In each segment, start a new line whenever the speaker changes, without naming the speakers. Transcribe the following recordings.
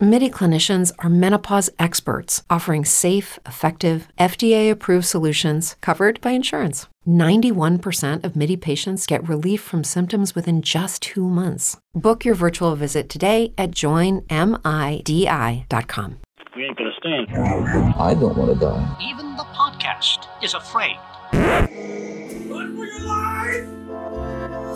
MIDI clinicians are menopause experts offering safe, effective, FDA approved solutions covered by insurance. 91% of MIDI patients get relief from symptoms within just two months. Book your virtual visit today at joinmidi.com.
We ain't gonna stand.
I don't want to die.
Even the podcast is afraid.
Run for your life!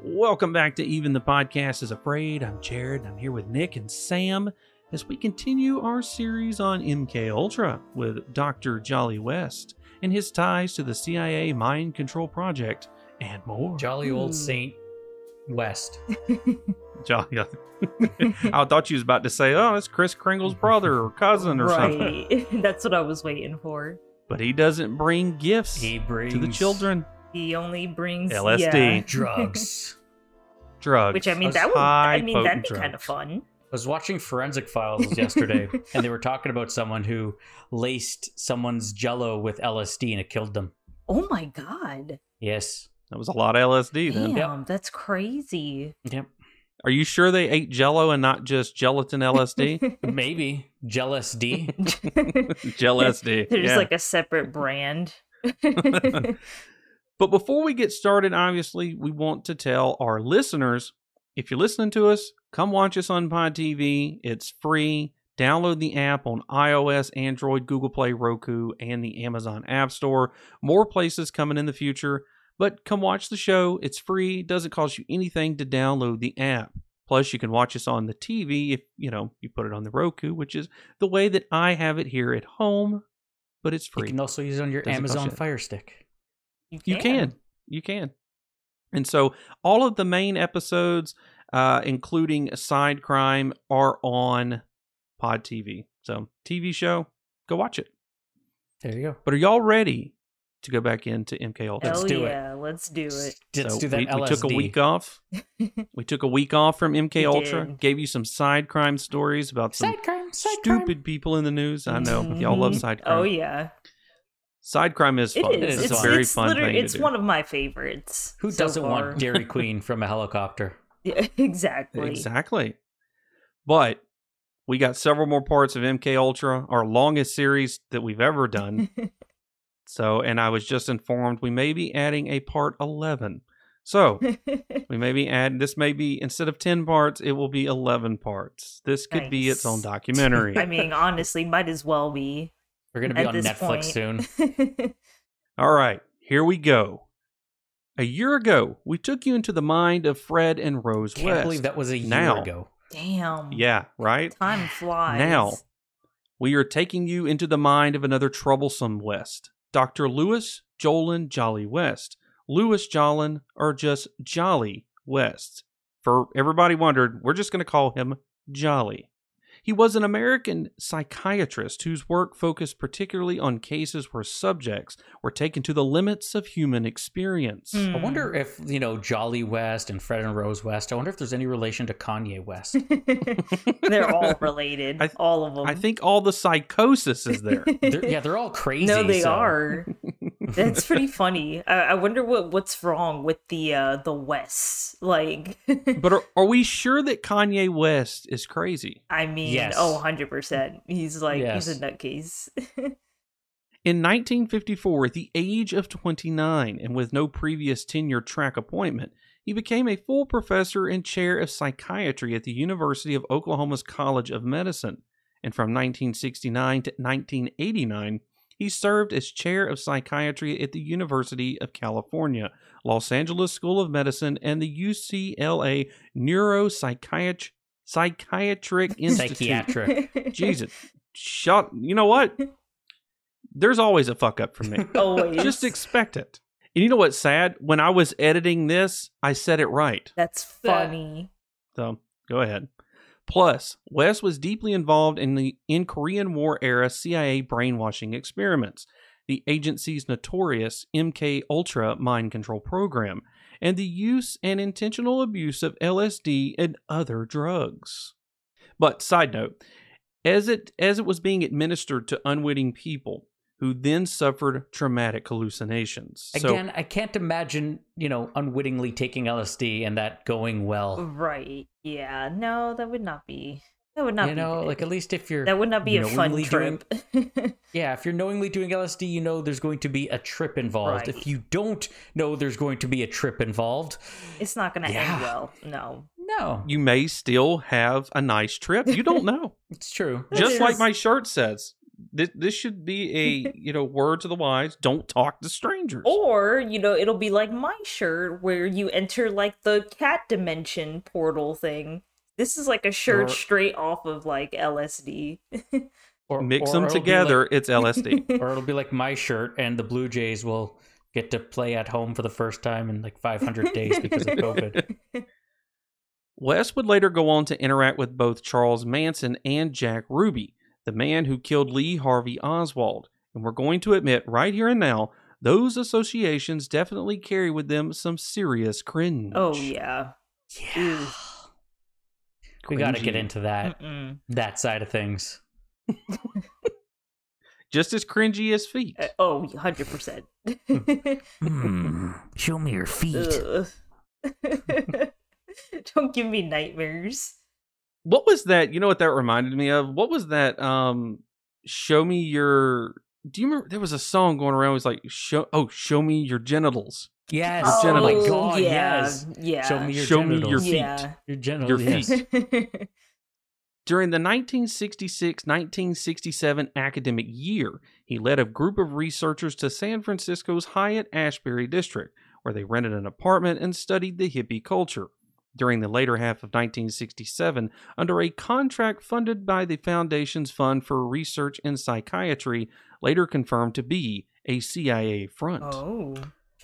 Welcome back to Even the Podcast is Afraid. I'm Jared. and I'm here with Nick and Sam as we continue our series on MK Ultra with Dr. Jolly West and his ties to the CIA mind control project and more.
Jolly
Hmm.
old Saint West.
Jolly. I thought you was about to say, "Oh, it's Chris Kringle's brother or cousin or something,"
Right. That's what I was waiting for.
but he doesn't bring gifts
He brings
to the children.
He only brings
LSD.
yeah.
drugs.
Drugs.
Which I mean,
Us
that would I mean that'd
high-potent
be kind of
drugs.
fun.
I was watching Forensic Files yesterday, and they were talking about someone who laced someone's Jello with LSD and it killed them.
Oh my god!
Yes.
That was a lot of LSD then.
Damn, that's crazy.
Yep.
Are you sure they ate Jello and not just gelatin LSD?
Maybe jealous D.
There's
LSD. yeah.
like a separate brand.
But before we get started, obviously, we want to tell our listeners if you're listening to us, come watch us on Pod TV. It's free. Download the app on iOS, Android, Google Play, Roku, and the Amazon App Store. More places coming in the future. But come watch the show. It's free. Doesn't cost you anything to download the app. Plus, you can watch us on the TV if you know you put it on the Roku, which is the way that I have it here at home. But it's
You
free.
can also use it on your
Doesn't cost
Amazon
you.
Fire Stick.
You can. You can. And so all of the main episodes, uh, including Side Crime, are on Pod TV. So, TV show, go watch it.
There you go.
But are y'all ready to go back into MK Ultra?
Let's
Hell
do it.
yeah, let's do it.
Let's
So
do that
we,
LSD.
we took a week off. we took a week off from MK
We
Ultra.
did.
Gave you some side crime stories about some
crime.
stupid people in the news. I know y'all love
Mhm.
side crime.
Oh yeah,
Side crime is
it
fun.
is.
It's,
It's,
a very
it's
fun
literally-
thing.
It's
to do.
one of my favorites.
Who
so
doesn't
far.
want Dairy Queen from a helicopter?
Yeah, exactly.
Exactly. But we got several more parts of MK Ultra, our longest series that we've ever done. so, and I was just informed we may be adding a part 11. So, we may be add this may be instead of 10 parts, it will be 11 parts. This could be its own
Nice.
documentary.
I mean, honestly, might as well be.
We're gonna be
At
on
this
Netflix
point.
soon.
All right, here we go. A year ago, we took you into the mind of Fred and Rose
Can't
West.
believe that was a year
Now.
ago.
Damn.
yeah, right?
Time flies.
Now, we are taking you into the mind of another troublesome West, Dr. Lewis Jolin Jolly West. Lewis Jolin, or just Jolly West. For everybody wondered, we're just going to call him Jolly. He was an American psychiatrist whose work focused particularly on cases where subjects were taken to the limits of human experience.
I
Hmm.
wonder if you know Jolly West and Fred and Rose West. I wonder if there's any relation to Kanye West.
They're all related.
I th-
all of them.
I think all the psychosis is there.
They're- yeah, they're all crazy.
no, they
so-
are. That's pretty funny. I, I wonder what what's wrong with the uh the West. Like,
but are, are we sure that Kanye West is crazy?
I mean,
Yes.
oh, 100 percent. He's like he's a nutcase.
In 1954, at the age of 29, and with no previous tenure track appointment, he became a full professor and chair of psychiatry at the University of Oklahoma's College of Medicine. And from 1969 to 1989, he served as chair of psychiatry at the University of California, Los Angeles School of Medicine, and the UCLA Neuropsychiatric Psychiatric Institute.
Psychiatric.
Jesus, shut. You know what? There's always a fuck up for me.
Always.
Just expect it. And you know what's sad? When I was editing this, I said it right.
That's
That-
funny.
So go ahead. Plus, West was deeply involved in the in Korean War era CIA brainwashing experiments. the agency's notorious MK Ultra mind control program and the use and intentional abuse of LSD and other drugs. But side note, as it as it was being administered to unwitting people who then suffered traumatic hallucinations. so,
Again, I can't imagine, you know, unwittingly taking LSD and that going well.
Right. Yeah. No, that would not be. That would not
you
be.
know,
good.
like at least if you're
that would not be a fun
knowingly doing-
trip.
yeah, if you're knowingly doing LSD, you know there's going to be a trip involved.
Right.
If you don't know there's going to be a trip involved,
it's not going to
Yeah.
end well. No.
no,
you may still have a nice trip. You don't know.
it's true.
Just like
is-
my shirt says. This, this should be a you know word to the wise. Don't talk to strangers.
Or you know, it'll be like my shirt where you enter like the cat dimension portal thing. This is like a shirt
Or-
straight off of like LSD.
Or
Mix
or
them
it'll be
together. it's LSD.
like- or it'll be like my shirt, and the Blue Jays will get to play at home for the first time in like 500 days because of COVID.
West would later go on to interact with both Charles Manson and Jack Ruby, the man who killed Lee Harvey Oswald. And we're going to admit right here and now, those associations definitely carry with them some serious cringe.
Oh yeah.
Yeah. We got to
Cringy.
get into that
Mm-mm.
that side of things.
Just as cringy as feet.
Uh, oh, 100 percent.
Hmm. show me your feet.
Don't give me nightmares.
What was that? You know what that reminded me of? What was that? Um, show me your. Do you remember? There was a song going around. It was like, show. Oh, show me your genitals.
Yes.
Your
Oh my
genitals.
god.
yeah,
Yes.
Yeah.
Show me your
show me your
genitals.
feet.
Yeah.
Your genitals.
Your
yes.
feet. During the 1966 1967 academic year, he led a group of researchers to San Francisco's Hyatt Ashbury district, where they rented an apartment and studied the hippie culture. During the later half of 1967, under a contract funded by the Foundation's Fund for Research in Psychiatry, later confirmed to be a CIA front.
oh,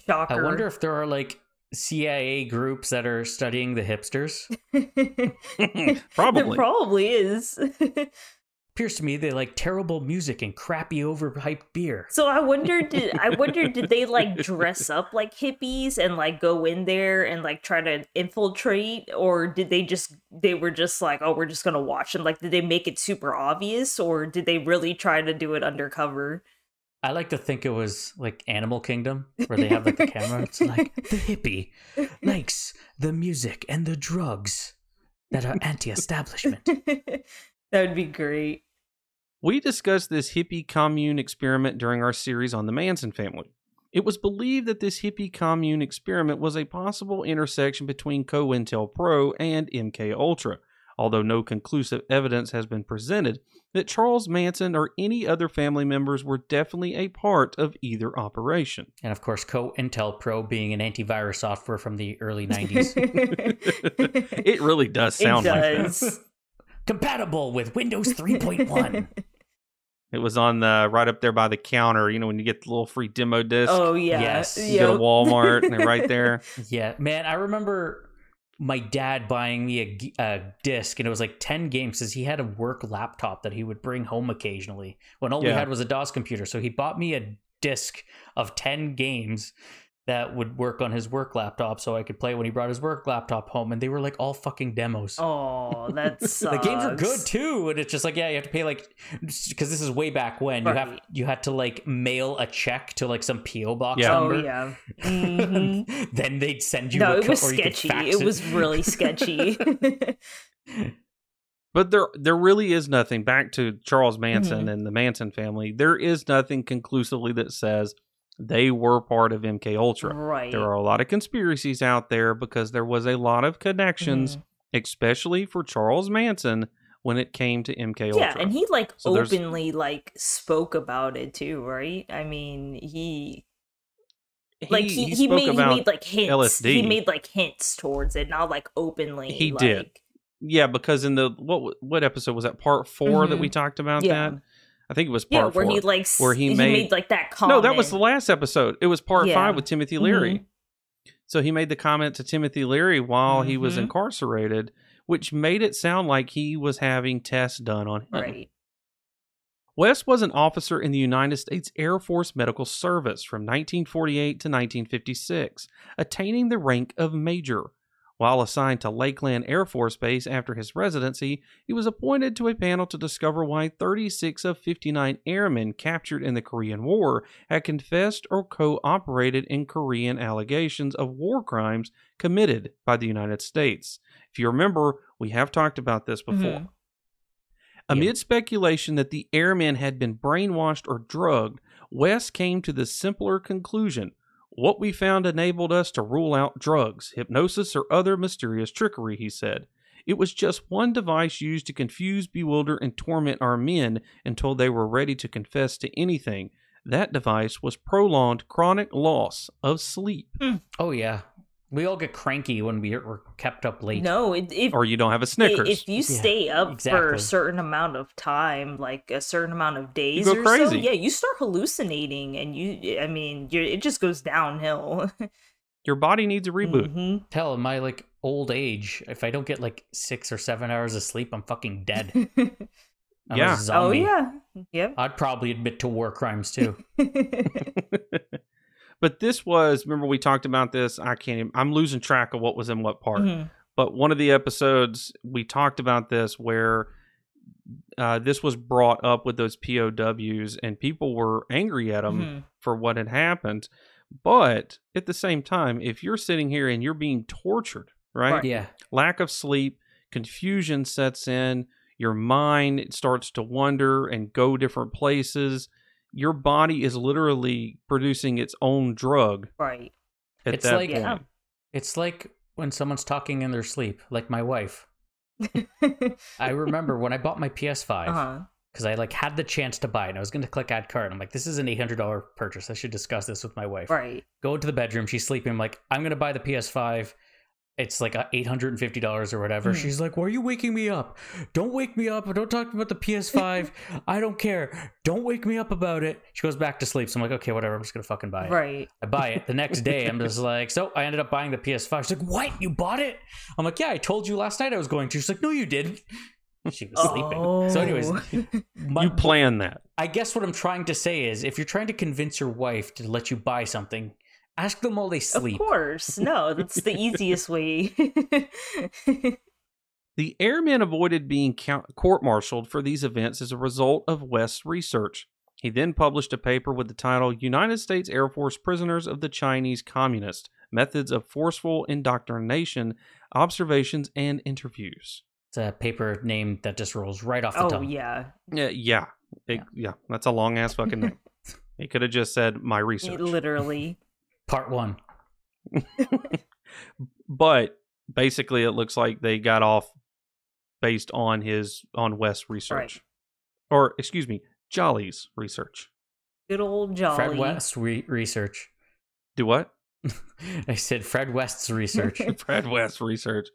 shocker!
I wonder if there are like CIA groups that are studying the hipsters.
There
Hmm, Probably.
probably is.
Appears to me they like terrible music and crappy overhyped beer.
so I wonder. Did I wonder? Did they like dress up like hippies and like go in there and like try to infiltrate, or did they just they were just like, oh, we're just gonna watch them? Like, did they make it super obvious, or did they really try to do it undercover?
I like to think it was like Animal Kingdom, where they have like the camera. It's like the hippie likes the music and the drugs that are anti-establishment.
that would be great.
We discussed this hippie commune experiment during our series on the Manson family. It was believed that this hippie commune experiment was a possible intersection between COINTELPRO and MK Ultra, although no conclusive evidence has been presented that Charles Manson or any other family members were definitely a part of either operation.
And of course, COINTELPRO being an antivirus software from the early 90s.
it really does sound like that.
Compatible with Windows 3.1.
It was on the right up there by the counter, you know, when you get the little free demo disc.
Oh yeah.
Yes. You
You go
Yep.
to Walmart and they're right there.
Yeah, man, I remember my dad buying me a g- a, disc, and it was like ten games because he had a work laptop that he would bring home occasionally when all we
Yeah.
had was a DOS computer. So he bought me a disc of ten games that would work on his work laptop, so I could play when he brought his work laptop home, and they were like all fucking demos.
Oh, that
The
sucks.
games are good too, and it's just like yeah, you have to pay like because this is way back when you have
Right.
you had to like mail a check to like some PO box.
Yeah.
Oh
number.
yeah. hmm
then they'd send you.
No,
a
it
co-
was
or you could
sketchy.
fax
It was really sketchy.
But there there really is nothing back to Charles Manson
Mm-hmm.
and the Manson family. There is nothing conclusively that says they were part of MK Ultra.
right.
There are a lot of conspiracies out there because there was a lot of connections,
Mm-hmm.
especially for Charles Manson when it came to MK Ultra.
Yeah, and he like
So there's-
openly like spoke about it too, right? I mean, he like he, he,
spoke
made he
about-
made like hints. He
LSD.
made like hints towards it, not like openly.
He
like,
did. yeah because in the what what episode was that part 4 that
Mhm.
we talked about
Yeah.
that I think it was
Yeah,
part
where
four
he like s-
where he
he
made-
made, like that comment.
No, that was the last episode. It was part
Yeah. Mm-hmm.
five with Timothy Leary. So he made the comment to Timothy Leary while he was
Mhm.
incarcerated, which made it sound like he was having tests done on him.
right.
West was an officer in the United States Air Force Medical Service from 1948 to 1956, attaining the rank of major. While assigned to Lakeland Air Force Base after his residency, he was appointed to a panel to discover why 36 of 59 airmen captured in the Korean War had confessed or cooperated in Korean allegations of war crimes committed by the United States. If you remember, we have talked about this before.
Mhm.
Amid speculation that the airmen had been brainwashed or drugged, West came to the simpler conclusion. What we found enabled us to rule out drugs, hypnosis, or other mysterious trickery, he said. It was just one device used to confuse, bewilder, and torment our men until they were ready to confess to anything. That device was prolonged chronic loss of sleep,
Oh yeah, we all get cranky when we are kept up late.
No, it, if
or you don't have a
i-
Snickers.
if you stay up for
exactly.
a certain amount of time, like a certain amount of days
go
or so,
crazy.
yeah, you start hallucinating, and you, I mean, you're, it just goes downhill.
Your body needs a reboot.
Mhm.
Hell, in my like old age, if I don't get like six or seven hours of sleep, I'm fucking dead. I'm a
Yeah. Oh,
Oh
zombie.
yeah, yep.
I'd probably admit to war crimes too.
But this was, remember we talked about this? I can't even, I'm losing track of what was in what part.
Mhm.
but one of the episodes we talked about this where uh, this was brought up with those POWs and people were angry at them
Mhm.
for what had happened. But at the same time, if you're sitting here and you're being tortured, right?
Right.
yeah,
Lack of sleep, confusion sets in, your mind it starts to wander and go different places. Your body is literally producing its own drug
Right.
at
It's
that
like-
point.
Yeah.
it's like when someone's talking in their sleep, like my wife. I remember when I bought my PS5
Uh-huh.
because I like had the chance to buy it. And I was going to click add card. I'm like, this is an eight hundred dollar purchase. I should discuss this with my wife.
Right.
go into the bedroom. She's sleeping. I'm like, I'm gonna buy the PS5. It's like a $850 or whatever.
Mhm.
She's like, Why are you waking me up? Don't wake me up. Don't talk about the PS5. I don't care. Don't wake me up about it. She goes back to sleep. So I'm like, Okay, whatever. I'm just gonna fucking buy it.
Right.
I buy it. The next day, I'm just like, So I ended up buying the PS5. She's like, What? You bought it? I'm like, Yeah, I told you last night I was going to. She's like, No, you didn't. She was sleeping. So, anyways,
Oh.
my-
You plan that.
I guess what I'm trying to say is if you're trying to convince your wife to let you buy something, ask them while they
of
sleep.
course. No, that's the easiest way.
The airmen avoided being court martialed for these events as a result of West's research. He then published a paper with the title United States Air Force Prisoners of the Chinese Communist Methods of Forceful Indoctrination, Observations, and Interviews.
It's a paper name that just rolls right off the
oh
tongue.
yeah.
Yeah, yeah. It- yeah. that's a long ass fucking name. he could have just said, My research.
Literally.
Part one.
but basically it looks like they got off based on his on West's research. Or excuse me, Jolly's research.
Good old
Fred
Jolly.
West re- research.
Do what?
I said Fred West's research.
Fred West research.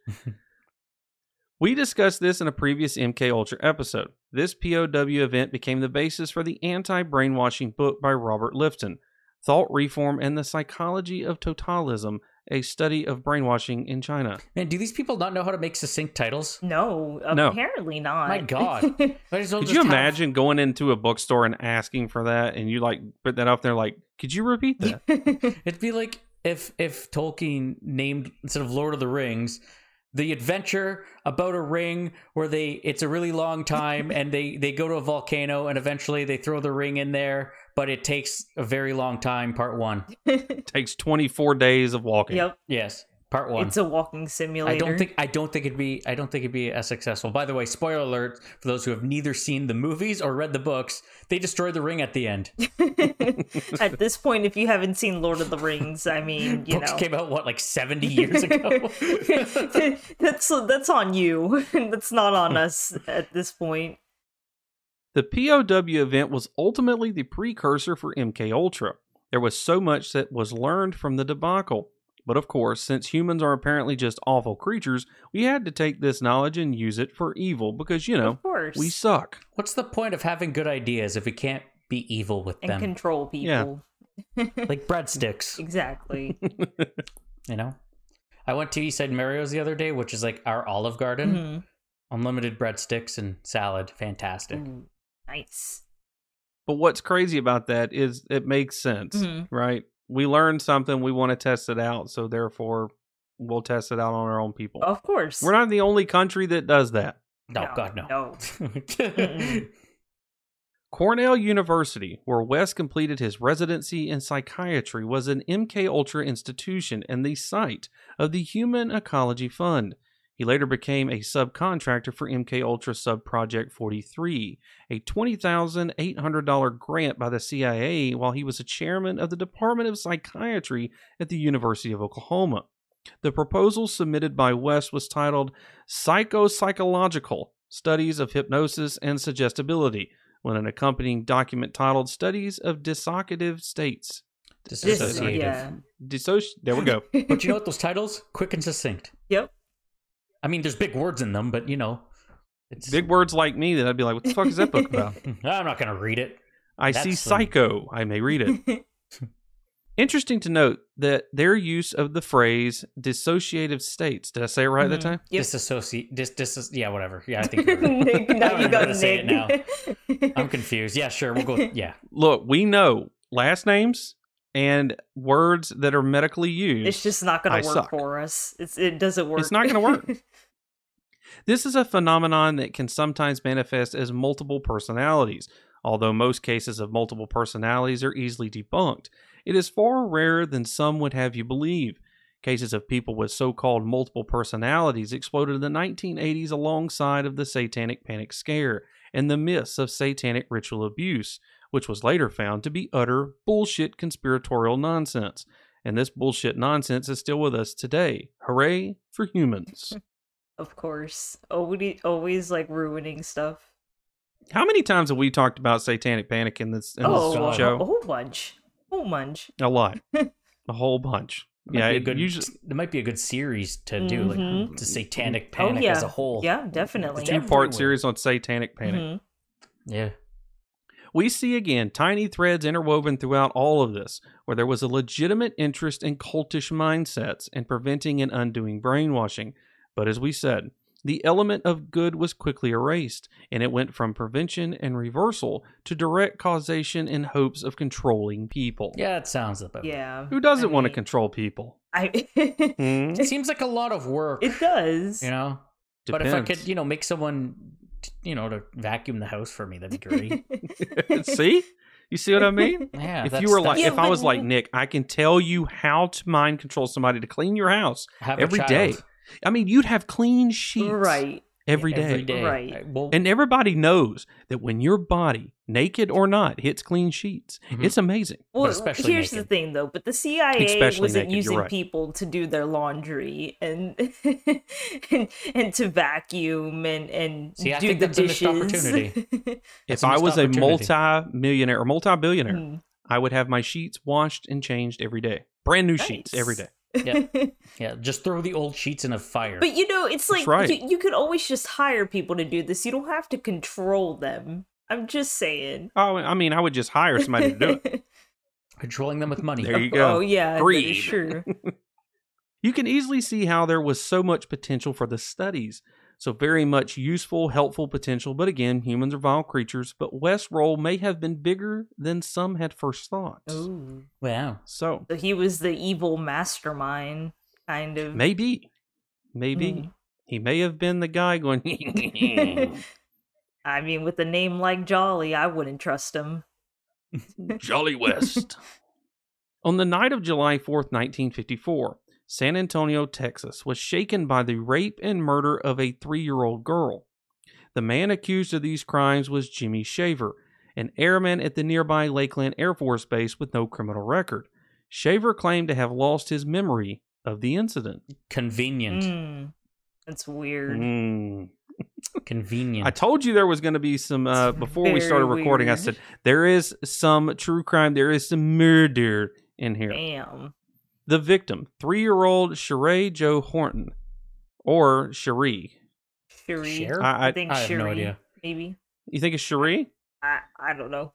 we discussed this in a previous MK Ultra episode. This POW event became the basis for the anti-brainwashing book by Robert Lifton, Thought Reform and the Psychology of Totalism: A Study of Brainwashing in China.
Man, do these people not know how to make succinct titles?
No,
No.
apparently not.
My God. Might as well
Could
just
you
have-
imagine going into a bookstore and asking for that and you like put that out there like, could you repeat that?
It'd be like if if Tolkien named instead of Lord of the Rings, the adventure about a ring where they it's a really long time and they they go to a volcano and eventually they throw the ring in there, but it takes a very long time. Part one.
takes 24 days of walking.
Yep.
Yes, part one.
It's a walking simulator.
I don't think I don't think it'd be I don't think it'd be as successful. By the way, spoiler alert for those who have neither seen the movies or read the books, they destroy the ring at the end.
At this point, if you haven't seen Lord of the Rings, I mean, you
books
know.
came out what like seventy years ago.
that's that's on you. That's not on us at this point.
The POW event was ultimately the precursor for MK Ultra. There was so much that was learned from the debacle. But of course, since humans are apparently just awful creatures, we had to take this knowledge and use it for evil because, you know,
of course.
we suck.
What's the point of having good ideas if we can't be evil with
and
them?
control
Yeah.
people.
like breadsticks,
Exactly.
you know. I went to Eastside Mario's the other day, which is like our Olive Garden,
Mhm. Mm.
unlimited breadsticks and salad, fantastic.
Ooh, Nice.
But what's crazy about that is it makes sense,
Mhm.
right? We learn something, we want to test it out, so therefore we'll test it out on our own people.
Of course.
We're not the only country that does that.
No, God, no.
No. Mm-mm.
Cornell University, where West completed his residency in psychiatry, was an MK Ultra institution and the site of the Human Ecology Fund. He later became a subcontractor for MK Ultra Subproject 43, a $20,800 grant by the CIA while he was a chairman of the Department of Psychiatry at the University of Oklahoma. The proposal submitted by West was titled Psychopsychological Studies of Hypnosis and Suggestibility, with an accompanying document titled Studies of Dissociative States.
This is,
Dissociative.
yeah.
Dissoci- there we go.
But you know what? Those titles, quick and succinct.
Yep.
I mean, there's big words in them, but you know, it's.
Big words like me that I'd be like, what the fuck is that book about?
I'm not gonna read it.
I see
That's funny.
psycho. I may read it. Interesting to note that their use of the phrase dissociative states. Did I say it right
Mm-hmm.
that time?
Mm-hmm. Yep.
Disassociate. Dis. Dis. Yeah, whatever. Yeah, I think. You're right.
Nick, now
I'm
you
gonna
got
say it
Nick.
now. I'm confused. Yeah, sure. We'll go. With, yeah.
Look, we know last names and words that are medically used.
it's just not going
I
to work
suck.
for us. It's, it doesn't work.
It's not going to work. this is a phenomenon that can sometimes manifest as multiple personalities, although most cases of multiple personalities are easily debunked. It is far rarer than some would have you believe. Cases of people with so called multiple personalities exploded in the 1980s alongside of the Satanic Panic Scare and the myths of satanic ritual abuse, which was later found to be utter bullshit conspiratorial nonsense and this bullshit nonsense is still with us today. Hooray for humans.
of course. Always, always like ruining stuff.
How many times have we talked about satanic panic in this, in
Oh,
this
God.
a
show?
whole bunch. whole bunch.
A lot. A whole bunch.
Might
yeah,
be a
it
good,
usually Mm-hmm.
there might be a good series to do, like
Mhm.
the Satanic Panic
oh, yeah.
as a whole.
Yeah, definitely.
It's
two
everywhere.
part series on satanic panic.
Mhm.
Yeah.
We see again tiny threads interwoven throughout all of this, where there was a legitimate interest in cultish mindsets and preventing and undoing brainwashing. But as we said, the element of good was quickly erased, and it went from prevention and reversal to direct causation in hopes of controlling people.
Yeah, it sounds about. right.
Yeah.
Who doesn't
I
want to
mean,
control people?
I.
Hmm?
It seems like a lot of work.
it does.
You know. But if I could, you know, make someone, you know, to vacuum the house for me, that'd be great.
Depends. see? You see what I mean?
yeah.
if you
that's-
were like,
that's-
Yeah,
if I
but-
was like Nick, I can tell you how to mind control somebody to clean your house
have a
every
child
day. I mean, you'd have clean sheets
Right.
every day.
every day,
Right.
I- Well,
And everybody knows that when your body, naked or not, hits clean sheets,
Mhm.
it's amazing.
Well,
especially
here's the
naked.
thing, though. But the CIA
Especially
wasn't
naked, you're
using
right.
people to do their laundry and and, and to vacuum and and
See, I
do
think
the
that's a missed
dishes.
opportunity. That's
if I
missed
was a
opportunity.
multi-millionaire or multi-billionaire,
Mm.
I would have my sheets washed and changed every day. Brand new sheets
Nice.
every day.
yeah, just throw the old sheets in a fire.
But you know, it's
That's
like
right.
you, you could always just hire people to do this. You don't have to control them. I'm just saying.
Oh, I mean, I would just hire somebody to do it.
Controlling them with money.
There you
Oh
go.
yeah, that
Greed.
is true.
You can easily see how there was so much potential for the studies. So, very much useful, helpful potential, but again, humans are vile creatures. But West's role may have been bigger than some had first thought.
Ooh.
Wow.
So,
So Oh. he was the evil mastermind, kind of.
maybe, maybe
Mm.
he may have been the guy going,
I mean, with a name like Jolly, I wouldn't trust him.
Jolly West. On the night of July 4th, 1954, San Antonio, Texas was shaken by the rape and murder of a three year old girl. The man accused of these crimes was Jimmy Shaver, an airman at the nearby Lakeland Air Force Base with no criminal record. Shaver claimed to have lost his memory of the incident.
Convenient.
Mm. That's weird.
Hmm.
Mm.
Convenient.
I told you there was going to be some. Uh,
It's
before we
very
started recording, I
weird.
said there is some true crime, there is some murder in here.
Damn.
The victim, three year old Sheree Joe Horton, or Cherie.
Cherie.
Cher?
I,
I
I,
think
I have no
Cherie.
idea.
Maybe.
you think it's Cherie
I, I don't know.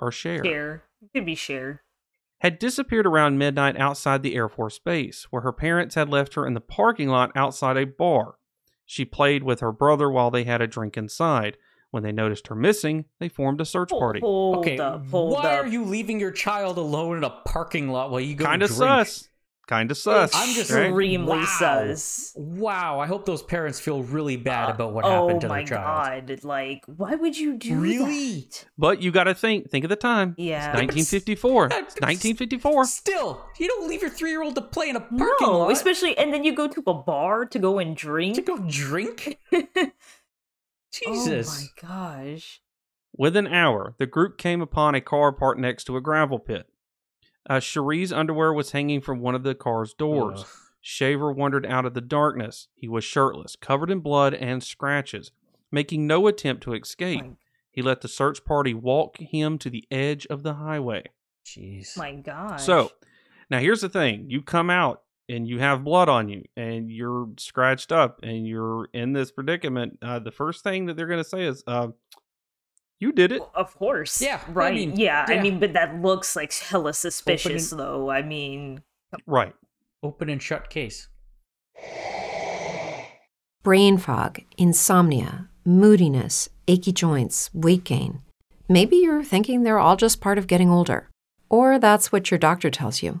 or Cher?
Share. It could be share.
Had disappeared around midnight outside the Air Force Base, where her parents had left her in the parking lot outside a bar. She played with her brother while they had a drink inside. When they noticed her missing, they formed a search
Oh,
party.
Hold
Okay,
up, hold
why
up.
are you leaving your child alone in a parking lot while you go
Kind
and
of
drink?
sus. Kind of sus.
I'm just
right?
extremely
Wow.
sus.
Wow, I hope those parents feel really bad
Ah.
about what
oh
happened to
my
their child.
god! Like, why would you do
Really?
that?
But you got to think. Think of the time.
Yeah.
It's 1954. It's 1954.
Uh, Still, you don't leave your three year old to play in a parking
No,
lot
especially and then you go to a bar to go and drink.
to go drink. Jesus.
Oh my gosh.
Within an hour, the group came upon a car parked next to a gravel pit. Uh, Cherie's underwear was hanging from one of the car's doors.
Ugh.
Shaver wandered out of the darkness. He was shirtless, covered in blood and scratches, making no attempt to escape.
Oh My-
He let the search party walk him to the edge of the highway.
Jeez.
My gosh.
So, now here's the thing you come out and you have blood on you and you're scratched up and you're in this predicament. Uh, the first thing that they're going to say is, uh, You did it.
of course.
Yeah, I
Right.
mean,
yeah, I
yeah.
mean, but that looks like hella suspicious, though. I mean,
Right.
Open and shut case.
brain fog, insomnia, moodiness, achy joints, weight gain. Maybe you're thinking they're all just part of getting older, or that's what your doctor tells you.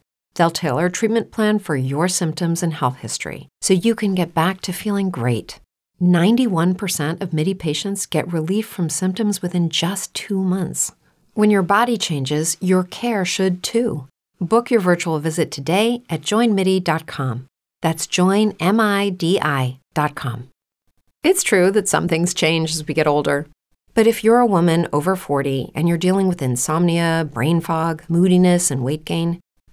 They'll tailor a treatment plan for your symptoms and health history so you can get back to feeling great. 91% of MIDI patients get relief from symptoms within just two months. When your body changes, your care should too. Book your virtual visit today at joinmidi.com. That's joinmidi.com. It's true that some things change as we get older. But if you're a woman over 40 and you're dealing with insomnia, brain fog, moodiness, and weight gain,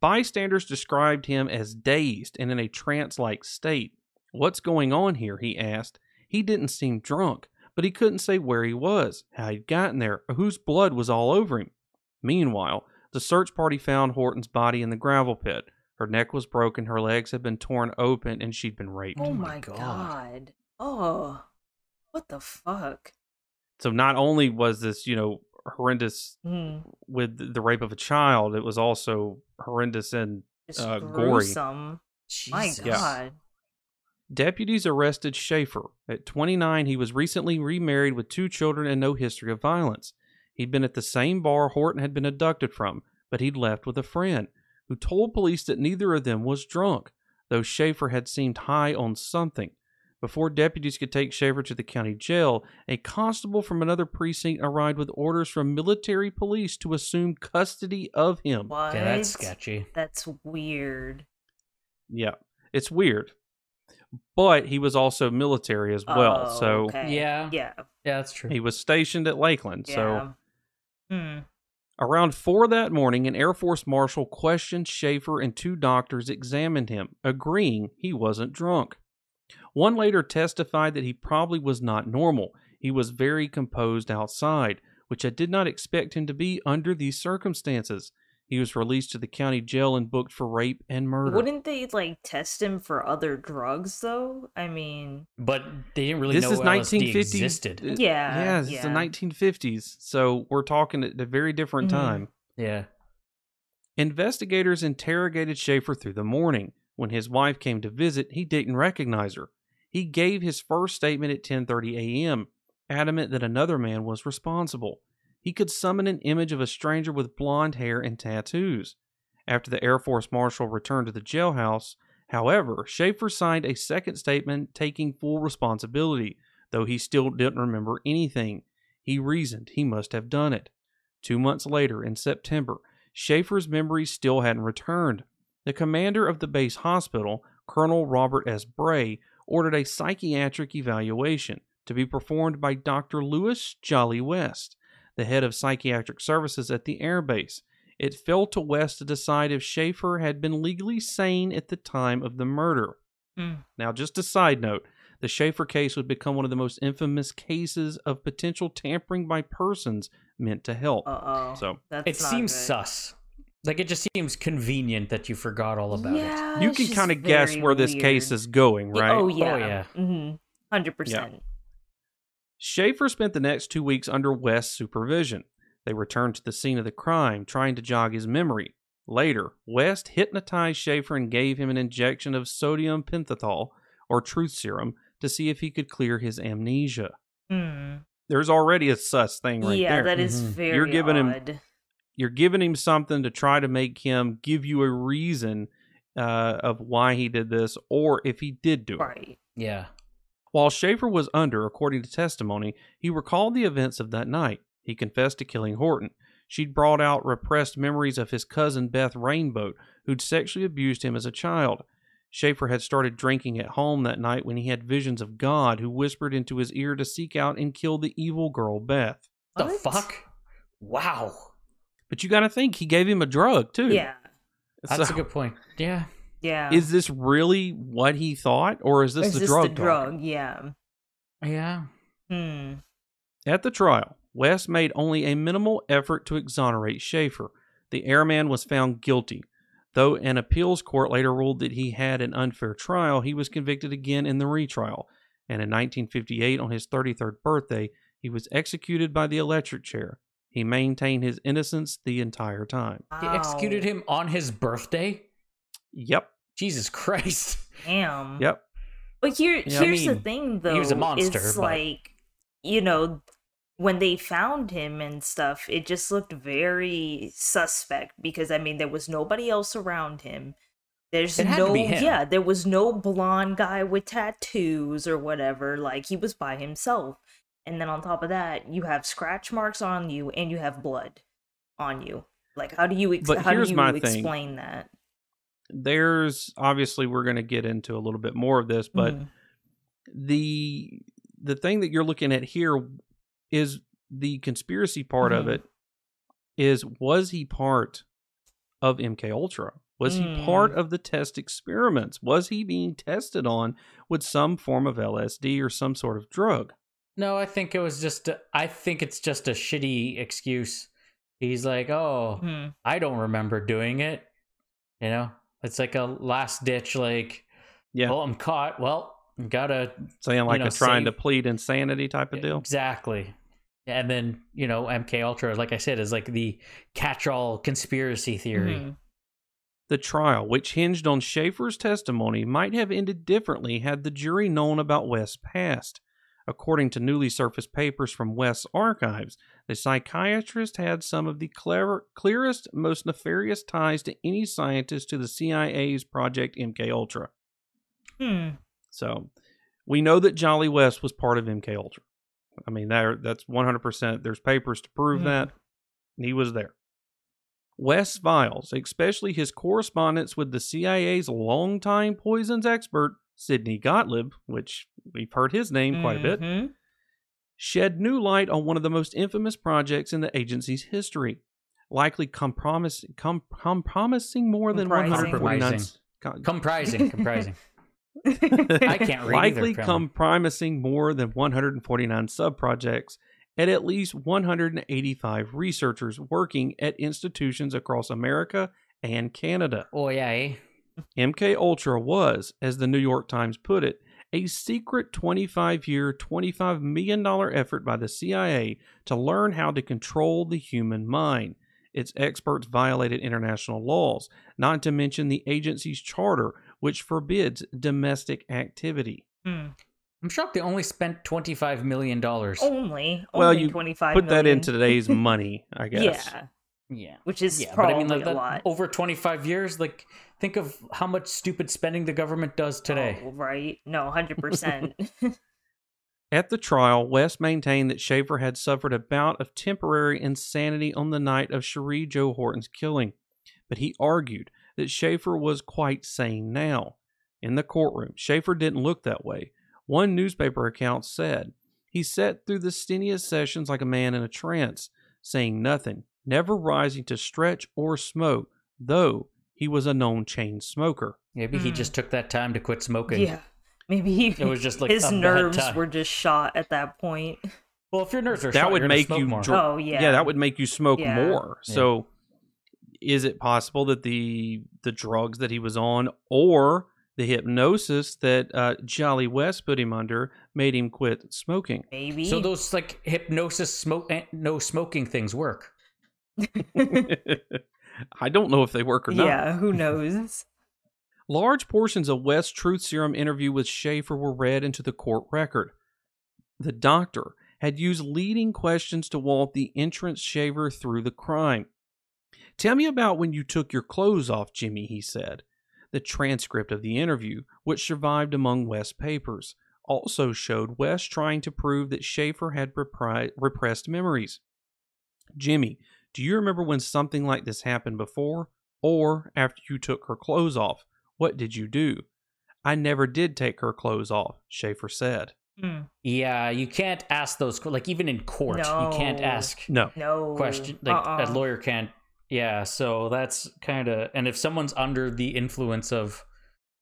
Bystanders described him as dazed and in a trance like state. What's going on here? he asked. He didn't seem drunk, but he couldn't say where he was, how he'd gotten there, or whose blood was all over him. Meanwhile, the search party found Horton's body in the gravel pit. Her neck was broken, her legs had been torn open, and she'd been raped.
oh
my
my
God.
god. Oh, what the fuck?
So not only was this, you know, horrendous
Hmm.
with the rape of a child, it was also horrendous in
It's
Uh, gory.
gruesome. My
Jesus.
god.
Deputies arrested Schaefer. At 29, he was recently remarried with two children and no history of violence. He'd been at the same bar Horton had been abducted from, but he'd left with a friend who told police that neither of them was drunk, though Schaefer had seemed high on something. Before deputies could take Schaefer to the county jail, a constable from another precinct arrived with orders from military police to assume custody of him.
What?
Yeah, that's sketchy.
That's weird.
Yeah, it's weird. But he was also military as well,
Oh,
so
okay.
Yeah.
Yeah.
Yeah, that's true.
He was stationed at Lakeland. So
yeah. Hmm.
around four that morning, an Air Force marshal questioned Schaefer and two doctors examined him, agreeing he wasn't drunk. One later testified that he probably was not normal. He was very composed outside, which I did not expect him to be under these circumstances. He was released to the county jail and booked for rape and murder.
Wouldn't they like test him for other drugs though? I mean,
But they didn't really
this
know
is
LSD
1950s.
existed.
Yeah,
Yeah, it's the
yeah.
1950s. So we're talking at a very different
Mhm.
time.
Yeah.
Investigators interrogated Schaefer through the morning. When his wife came to visit, he didn't recognize her. He gave his first statement at 10:30 a.m., adamant that another man was responsible. He could summon an image of a stranger with blonde hair and tattoos. After the Air Force Marshal returned to the jailhouse, however, Schaefer signed a second statement taking full responsibility, though he still didn't remember anything. He reasoned he must have done it. Two months later, in September, Schaefer's memories still hadn't returned. The commander of the base hospital, Colonel Robert S. Bray, ordered a psychiatric evaluation to be performed by Dr. Lewis Jolly West, the head of psychiatric services at the airbase. It fell to West to decide if Schaefer had been legally sane at the time of the murder.
Mm.
Now, just a side note the Schaefer case would become one of the most infamous cases of potential tampering by persons meant to help.
Uh oh.
So,
that's
It
not
seems
good.
sus. Like it just seems convenient that you forgot all about it.
yeah,
you
it's
can
just
kind of guess
very
where this
weird.
case is going,
Y-
right?
Oh yeah.
yeah.
Hundred percent.
Schaefer spent the next two weeks under West's supervision. They returned to the scene of the crime, trying to jog his memory. Later, West hypnotized Schaefer and gave him an injection of sodium pentothal, or truth serum, to see if he could clear his amnesia.
Mm.
There's already a sus thing right
yeah,
there.
that is
Mhm.
very.
You're giving him-
odd.
You're giving him something to try to make him give you a reason uh, of why he did this, or if he did do it.
right.
Yeah.
While Schaefer was under, according to testimony, he recalled the events of that night. He confessed to killing Horton. She'd brought out repressed memories of his cousin Beth Rainboat, who'd sexually abused him as a child. Schaefer had started drinking at home that night when he had visions of God, who whispered into his ear to seek out and kill the evil girl Beth.
The
What?
fuck? Wow.
But you gotta think, he gave him a drug, too.
Yeah.
That's
So,
a good point. Yeah.
Yeah.
Is this really what he thought, or is this
Is
the
this
drug?
the
talking?
drug? Yeah.
Yeah.
Hmm.
At the trial, West made only a minimal effort to exonerate Schaefer. The airman was found guilty. Though an appeals court later ruled that he had an unfair trial, he was convicted again in the retrial. And in 1958, on his 33rd birthday, he was executed by the electric chair. He maintained his innocence the entire time.
They executed him on his birthday?
Yep,
Jesus Christ.
Damn.
yep.
But here,
Yeah, I
here's the
mean,
thing, though.
he was a monster,
It's
but-
like, you know, when they found him and stuff, it just looked very suspect because I mean, there was nobody else around him. There's
It had to
no,
be him.
yeah, there was no blonde guy with tattoos or whatever. Like he was by himself. And then on top of that, you have scratch marks on you and you have blood on you. Like, how do you ex-
But
how do
here's
you
my thing.
explain that?
There's obviously we're going to get into a little bit more of this, but
Mhm.
the the thing that you're looking at here is the conspiracy part of
Mm-hmm.
Mhm.
it is was he part of MK Ultra? Was he
Mm.
part of the test experiments? Was he being tested on with some form of LSD or some sort of drug?
No, I think it was just. A, I think it's just a shitty excuse. He's like, oh,
Mhm.
I don't remember doing it. You know, it's like a last ditch. Like,
Yeah.
oh, I'm caught. Well, gotta
Saying like
know,
a trying to
save-
plead insanity type of deal.
exactly. And then you know, MK Ultra, like I said, is like the catch-all conspiracy theory.
Mhm.
The trial, which hinged on Schaefer's testimony, might have ended differently had the jury known about West's past. According to newly surfaced papers from West's archives, the psychiatrist had some of the clever, clearest, most nefarious ties to any scientist to the CIA's Project MK Ultra.
Hmm.
So, we know that Jolly West was part of MK Ultra. I mean, there that's 100%. There's papers to prove
Mhm.
that he was there. West's files, especially his correspondence with the CIA's longtime poisons expert, Sidney Gottlieb, which we've heard his name quite a bit,
Mhm.
shed new light on one of the most infamous projects in the agency's history, likely compromise, com- compromising more than
Comprising.
149
Compromising.
Hmm.
Comprising, comprising. I can't read
likely
either. Come-
compromising more than 149 subprojects and at least 185 researchers working at institutions across America and Canada.
oh yeah, eh?
MK Ultra was, as the New York Times put it, a secret 25-year, $25 million effort by the CIA to learn how to control the human mind. its experts violated international laws, not to mention the agency's charter, which forbids domestic activity.
Hmm.
Mm.
I'm shocked they only spent twenty five million dollars.
Only,
Well,
only
you
twenty five.
Put that into today's money, I guess.
yeah,
Yeah.
which is
Yeah,
probably
like,
a
that-
lot
over 25 years like think of how much stupid spending the government does today
Oh, right? No, hundred percent.
At the trial, West maintained that Schaefer had suffered a bout of temporary insanity on the night of Cherie Joe Horton's killing, but he argued that Schaefer was quite sane now. In the courtroom, Schaefer didn't look that way. One newspaper account said, He sat through the strenuous sessions like a man in a trance, saying nothing, never rising to stretch or smoke, though he was a known chain smoker.
maybe he
Mm.
just took that time to quit smoking
yeah, maybe he,
it was just like a
his
bad
nerves
time.
were just shot at that point.
well if your nerves are
That
shot,
would
you're gonna
make
smoke
you
more.
dr-
Oh yeah,
that would make you smoke
Yeah.
more.
Yeah.
So is it possible that the the drugs that he was on or the hypnosis that uh, Jolly West put him under made him quit smoking?
maybe.
so those like hypnosis smoke eh, no smoking things work
I don't know if they work or not.
yeah, who knows?
Large portions of West's Truth Serum interview with Schaefer were read into the court record. The doctor had used leading questions to walk the entrance Schaefer through the crime. Tell me about when you took your clothes off, Jimmy, he said. The transcript of the interview, which survived among West's papers, also showed West trying to prove that Schaefer had repri- repressed memories. Jimmy, do you remember when something like this happened before or after you took her clothes off? What did you do? I never did take her clothes off, Schaefer said.
Hmm,
yeah you can't ask those que- like even in court you can't
No.
ask
No.
no
question like
uh-uh.
a lawyer can't yeah so that's kind of and if someone's under the influence of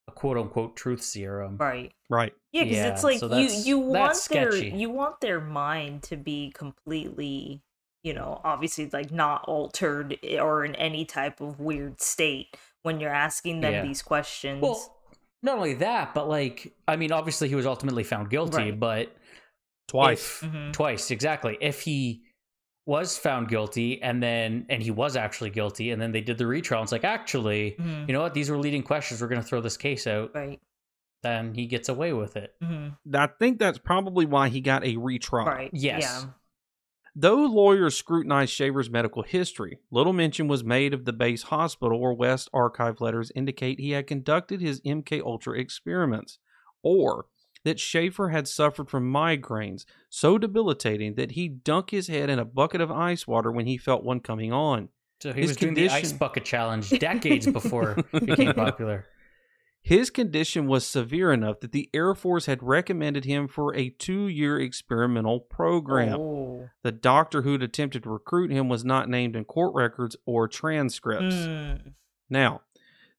a quote unquote truth serum
right?
Right.
Yeah, because
Yeah,
it's like
so
you
that's-
you want
that's
their
sketchy.
you want their mind to be completely, you know, obviously like not altered i- or in any type of weird state when you're asking them
Yeah.
these questions.
Well, not only that, but like, I mean, obviously he was ultimately found guilty,
Right.
but
Twice.
if-
Mhm.
twice exactly. If he was found guilty and then and he was actually guilty, and then they did the retrial, and it's like actually,
Mhm,
you know what? These were leading questions. We're going to throw this case out,
right,
then he gets away with it.
hmm
I think that's probably why he got a retrial.
right,
yes.
yeah,
Though lawyers scrutinized Shaver's medical history, little mention was made of the base hospital where West archive letters indicate he had conducted his MK Ultra experiments, or that Schaefer had suffered from migraines so debilitating that he'd dunk his head in a bucket of ice water when he felt one coming on.
So he
His
was doing the ice
condition-
bucket challenge decades before it became popular.
His condition was severe enough that the Air Force had recommended him for a two year experimental program.
Oh.
The doctor who'd attempted to recruit him was not named in court records or transcripts.
Mm,
Now,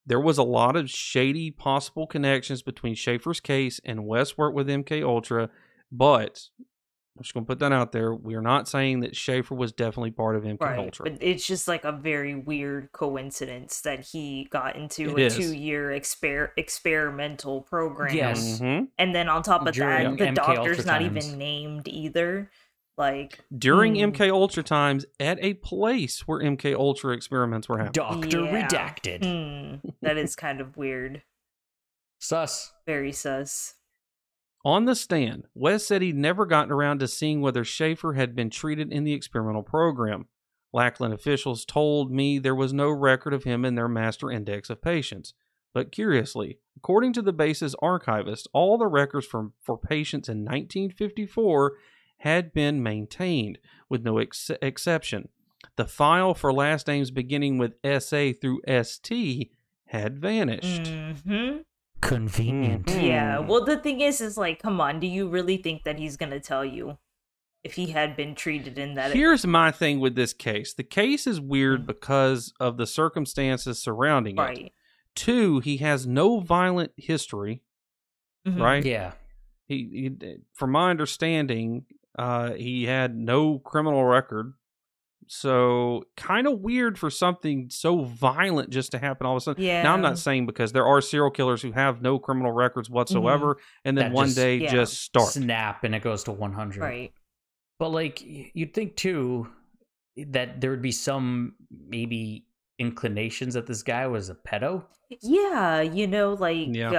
there was a lot of shady possible connections between Schaefer's case and West's work with MK Ultra, but I'm just gonna put that out there. We're not saying that Schaefer was definitely part of MK
right,
Ultra.
but it's just like a very weird coincidence that he got into
It
a
is.
two-year exper- experimental program.
Yes.
Mhm.
and then on top of
During
that, the
MK
doctor's not
Ultra times.
even named either. Like,
During
Mm.
MK Ultra times, at a place where MK Ultra experiments were happening.
Doctor
Yeah.
redacted.
hmm, that is kind of weird.
Sus.
Very sus.
On the stand, West said he'd never gotten around to seeing whether Schaefer had been treated in the experimental program. Lackland officials told me there was no record of him in their master index of patients. But curiously, according to the base's archivist, all the records from, for patients in 1954 had been maintained, with no ex- exception. The file for last names beginning with SA through ST had vanished.
hmm
Convenient.
Yeah.
Hmm.
Well, the thing is, is like, come on, do you really think that he's gonna tell you if he had been treated in that? Mm.
Here's my thing with this case. The case is weird because of the circumstances surrounding it.
right.
Two, he has no violent history,
Mhm.
right?
Hmm. Yeah.
He, he, from my understanding, uh, he had no criminal record. So, kind of weird for something so violent just to happen all of a sudden. Now, I'm
Yeah. Mm-hmm.
not saying because there are serial killers who have no criminal records whatsoever, and then
That
one
just-
day
yeah.
just start.
Snap and it goes to 100.
Right.
But like y- you'd think too that there would be some maybe inclinations that this guy was a pedo?
Yeah, you know, like
Yeah.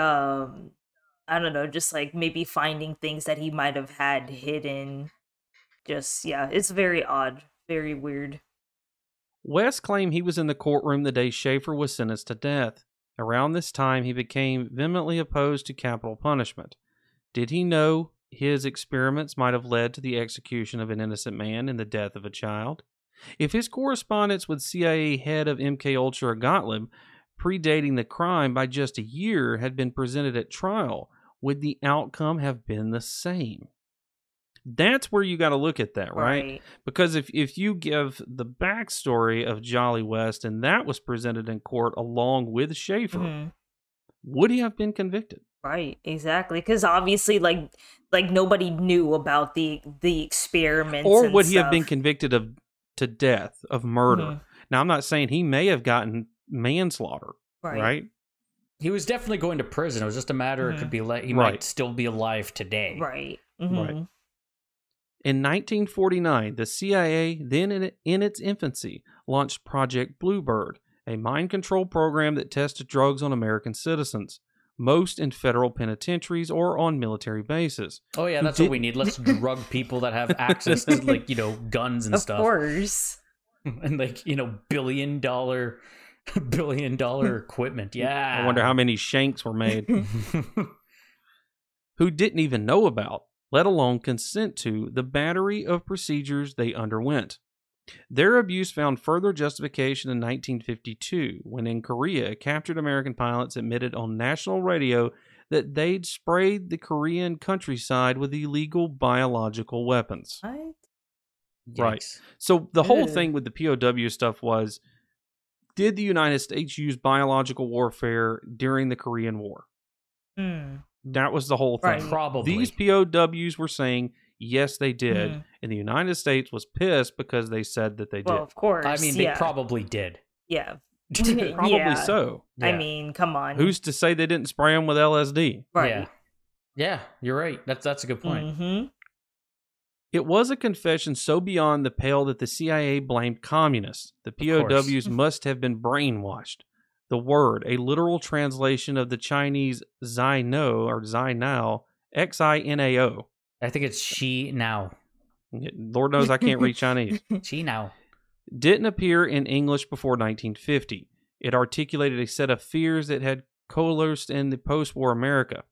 um I don't know, just like maybe finding things that he might have had hidden. Just yeah, it's very odd, very weird.
West claimed he was in the courtroom the day Schaefer was sentenced to death. Around this time, he became vehemently opposed to capital punishment. Did he know his experiments might have led to the execution of an innocent man and the death of a child? If his correspondence with CIA head of MK Ultra Gottlieb, predating the crime by just a year, had been presented at trial, would the outcome have been the same? That's where you got to look at that, right? because if if you give the backstory of Jolly West and that was presented in court along with Schaefer,
Mhm.
would he have been convicted?
Right, exactly. Because obviously, like, like nobody knew about the the experiments,
or
and
would he have been
stuff.
convicted of to death of murder?
Mhm.
Now I'm not saying he may have gotten manslaughter, right?
He was definitely going to prison. It was just a matter it could be like he
Right.
might still be alive today.
Mm-hmm. Right. mhm.
In 1949, the CIA, then in, in its infancy, launched Project Bluebird, a mind control program that tested drugs on American citizens, most in federal penitentiaries or on military bases.
Oh yeah,
He
that's
did-
what we need. Let's drug people that have access to like, you know, guns and
Of
stuff.
course.
And like, you know, billion dollar billion dollar equipment. Yeah.
Hmm. I wonder how many shanks were made.
how
who didn't even know about, let alone consent to, the battery of procedures they underwent. Their abuse found further justification in 1952 when, in Korea, captured American pilots admitted on national radio that they'd sprayed the Korean countryside with illegal biological weapons.
What?
Right. So the whole
Ew.
thing with the POW stuff was did the United States use biological warfare during the Korean War?
Hmm.
That was the whole thing.
Right.
Probably.
These POWs were saying, yes, they did.
Mm.
Mhm.
And the United States was pissed because they said that they
Well, of course.
I mean, they
yeah.
probably did.
yeah.
did. Probably
yeah.
so.
I
Yeah.
mean, come on.
Who's to say they didn't spray them with LSD?
right?
Yeah. Yeah, you're right. That's that's a good point.
hmm
It was a confession so beyond the pale that the CIA blamed communists. The
course.
POWs must have been brainwashed. The word, a literal translation of the Chinese Xi no or Xi now, X I N A O.
I think it's she now.
Lord knows I can't read Chinese.
She now.
didn't appear in English before 1950. It articulated a set of fears that had coalesced in the post war America.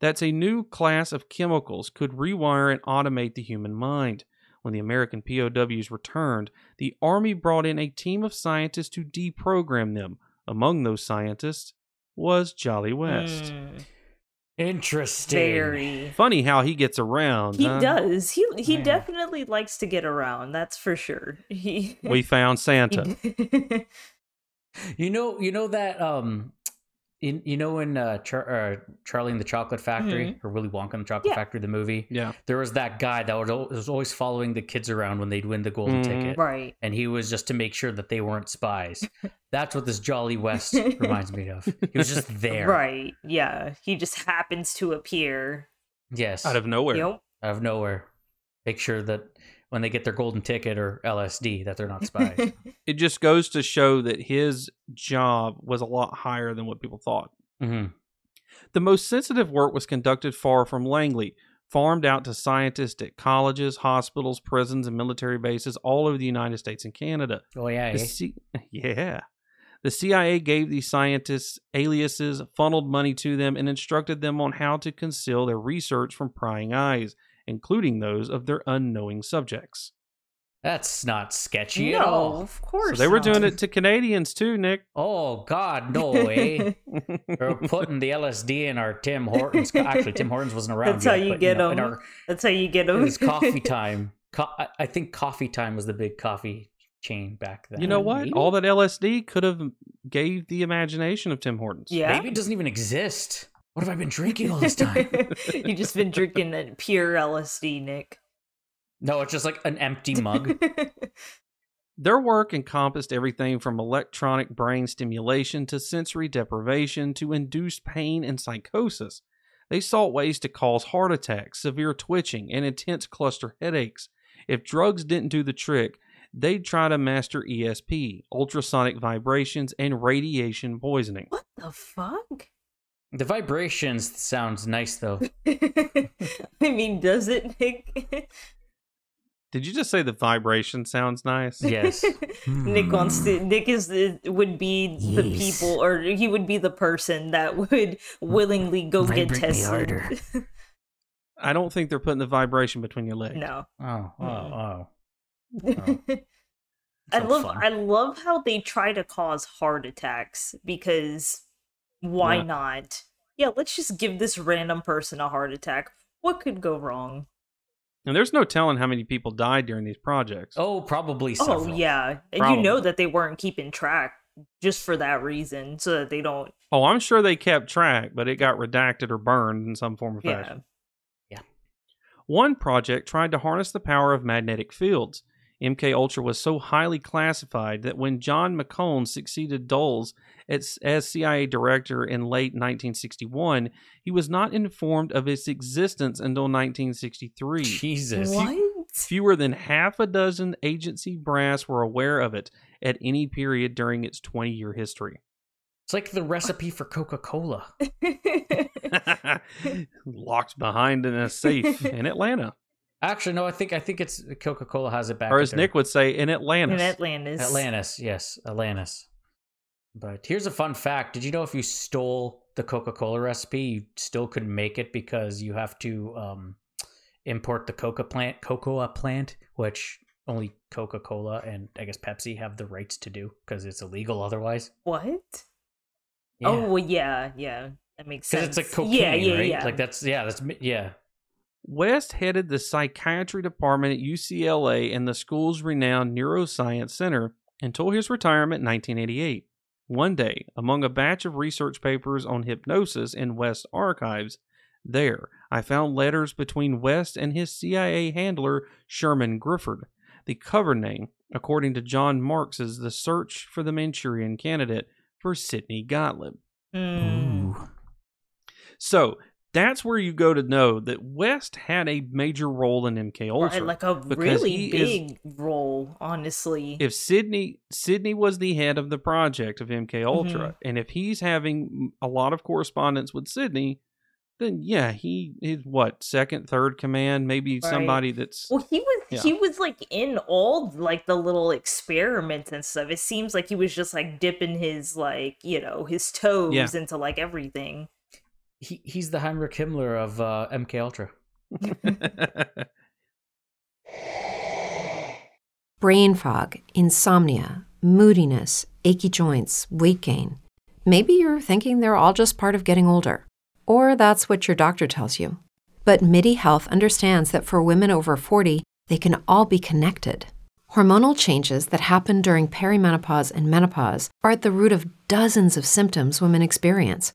That's a new class of chemicals could rewire and automate the human mind. When the American POWs returned, the Army brought in a team of scientists to deprogram them. Among those scientists was Jolly West.
Mm.
Interesting.
Very.
Funny how he gets around.
He
huh?
does. He he
Man.
definitely likes to get around. That's for sure. He.
We found Santa.
he-
You know, you know that um, in you know in uh, Char- uh Charlie and the Chocolate Factory or Willy Wonka and the Chocolate
Mm-hmm. Yeah.
Factory, the movie.
yeah.
There was that guy that would, al- was always following the kids around when they'd win the golden
Mhm.
ticket,
right.
and he was just to make sure that they weren't spies. That's what this Jolly West reminds me of. He was just there,
Right. Yeah. He just happens to appear.
Yes,
Out of nowhere.
Yep.
out of nowhere. Make sure that when they get their golden ticket or LSD, that they're not spies.
it just goes to show that his job was a lot higher than what people thought.
hmm
The most sensitive work was conducted far from Langley, farmed out to scientists at colleges, hospitals, prisons, and military bases all over the United States and Canada.
Oh yeah,
The
eh?
C- yeah. The CIA gave these scientists aliases, funneled money to them, and instructed them on how to conceal their research from prying eyes, including those of their unknowing subjects.
that's not sketchy at
no,
all.
of course.
So they were
not.
doing it to Canadians too, Nick.
Oh God, no way! We're putting the LSD in our Tim Hortons. Actually, Tim Hortons wasn't around.
That's
yet,
how you
but,
get
know, In,
'em.
our,
That's how you get
in
him.
this coffee time, co- I- I think Coffee Time was the big coffee chain back then.
You know what?
Maybe?
All that LSD could have gave the imagination of Tim Hortons.
yeah.
Maybe it doesn't even exist. What have I been drinking all this time?
you just been drinking that pure LSD, Nick.
no, it's just like an empty mug.
Their work encompassed everything from electronic brain stimulation to sensory deprivation to induced pain and psychosis. They sought ways to cause heart attacks, severe twitching, and intense cluster headaches. If drugs didn't do the trick, they'd try to master ESP, ultrasonic vibrations, and radiation poisoning.
What the fuck?
The vibrations sounds nice though.
I mean, does it make
Did you just say the vibration sounds nice?
Yes.
Nick wants to
Hmm.
Nick is the, would be the
Yes.
people or he would be the person that would willingly go
Vibrate
get
me
tested.
harder.
I don't think they're putting the vibration between your legs.
No.
Oh, oh, oh.
I
Sounds
love
fun.
I love how they try to cause heart attacks because why
Yeah.
not? Yeah, let's just give this random person a heart attack. What could go wrong?
And there's no telling how many people died during these projects.
Oh, probably
Oh
several.
yeah. And you know
Probably.
that they weren't keeping track just for that reason, so that they don't
Oh, I'm sure they kept track, but it got redacted or burned in some form or fashion.
yeah.
One project tried to harness the power of magnetic fields. MK Ultra was so highly classified that when John McCone succeeded Doles as, as CIA director in late 1961, he was not informed of its existence until 1963.
Jesus.
What?
Fewer than half a dozen agency brass were aware of it at any period during its 20 year history.
It's like the recipe for Coca-Cola.
Locked behind in a safe in Atlanta.
Actually, no, I think I think it's Coca-Cola has it back.
Or
at
as
their-
Nick would say, in Atlantis.
In Atlantis.
Atlantis, yes, Atlantis. But here's a fun fact. Did you know if you stole the Coca-Cola recipe, you still couldn't make it because you have to um, import the coca plant, cocoa plant, which only Coca-Cola and I guess Pepsi have the rights to do because it's illegal otherwise.
What?
Yeah.
Oh well, yeah, yeah, that makes
because
sense.
it's like cocaine,
yeah, yeah,
right?
Yeah.
Like that's yeah, that's yeah.
West headed the psychiatry department at UCLA and the school's renowned neuroscience center until his retirement in 1988. One day, among a batch of research papers on hypnosis in West's archives, there I found letters between West and his CIA handler, Sherman Grifford. The cover name, according to John Marks, is The Search for the Manchurian Candidate for Sidney Gottlieb.
Mm,
Ooh.
So that's where you go to know that West had a major role in MK
right,
Ultra.
like a
because
really
he is-
big role, honestly.
if Sydney Sydney was the head of the project of MK Ultra,
Mm-hmm.
and if he's having a lot of correspondence with Sydney, then yeah, he is what second, third command, maybe
Right.
somebody that's
well, he was
Yeah.
he was like in all like the little experiments and stuff. It seems like he was just like dipping his like you know his toes into like everything.
He he's the Heinrich Himmler of uh, MK Ultra.
brain fog, insomnia, moodiness, achy joints, weight gain. Maybe you're thinking they're all just part of getting older, or that's what your doctor tells you. But MIDI Health understands that for women over 40, they can all be connected. Hormonal changes that happen during perimenopause and menopause are at the root of dozens of symptoms women experience,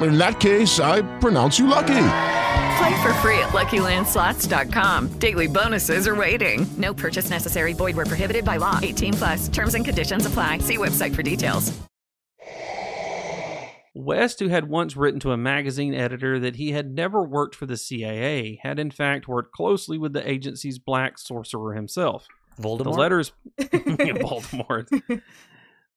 In that case, I pronounce you lucky.
Play for free at LuckyLandSlots.com. Daily bonuses are waiting. No purchase necessary. Void were prohibited by law. 18 plus. Terms and conditions apply. See website for details.
West, who had once written to a magazine editor that he had never worked for the CIA, had in fact worked closely with the agency's black sorcerer himself.
Voldemort.
The letters, Yeah, Baltimore.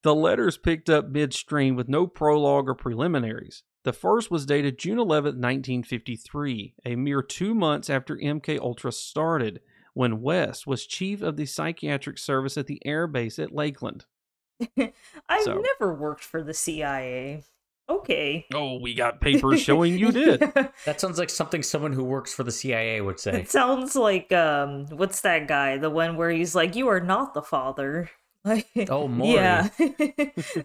the letters picked up midstream with no prologue or preliminaries. The first was dated June 11, 1953, a mere two months after MK Ultra started, when West was chief of the psychiatric service at the air base at Lakeland.
I've
So-
never worked for the CIA. Okay.
Oh, we got papers showing you did.
That sounds like something someone who works for the CIA would say.
It sounds like um, what's that guy? The one where he's like, "You are not the father." Like,
Oh, Maury.
Yeah,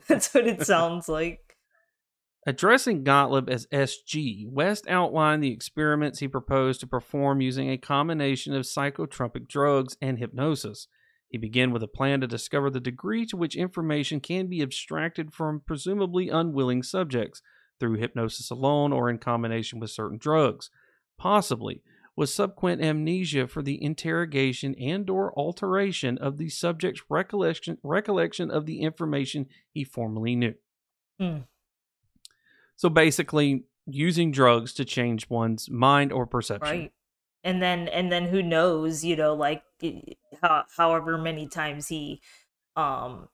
that's what it sounds like.
Addressing Gottlieb as SG, West outlined the experiments he proposed to perform using a combination of psychotropic drugs and hypnosis. He began with a plan to discover the degree to which information can be abstracted from presumably unwilling subjects through hypnosis alone or in combination with certain drugs, possibly with subsequent amnesia for the interrogation and or alteration of the subject's recollection recollection of the information he formerly knew.
Hmm.
So basically, using drugs to change one's mind or perception.
right and then and then who knows you know like i- how, however many times he um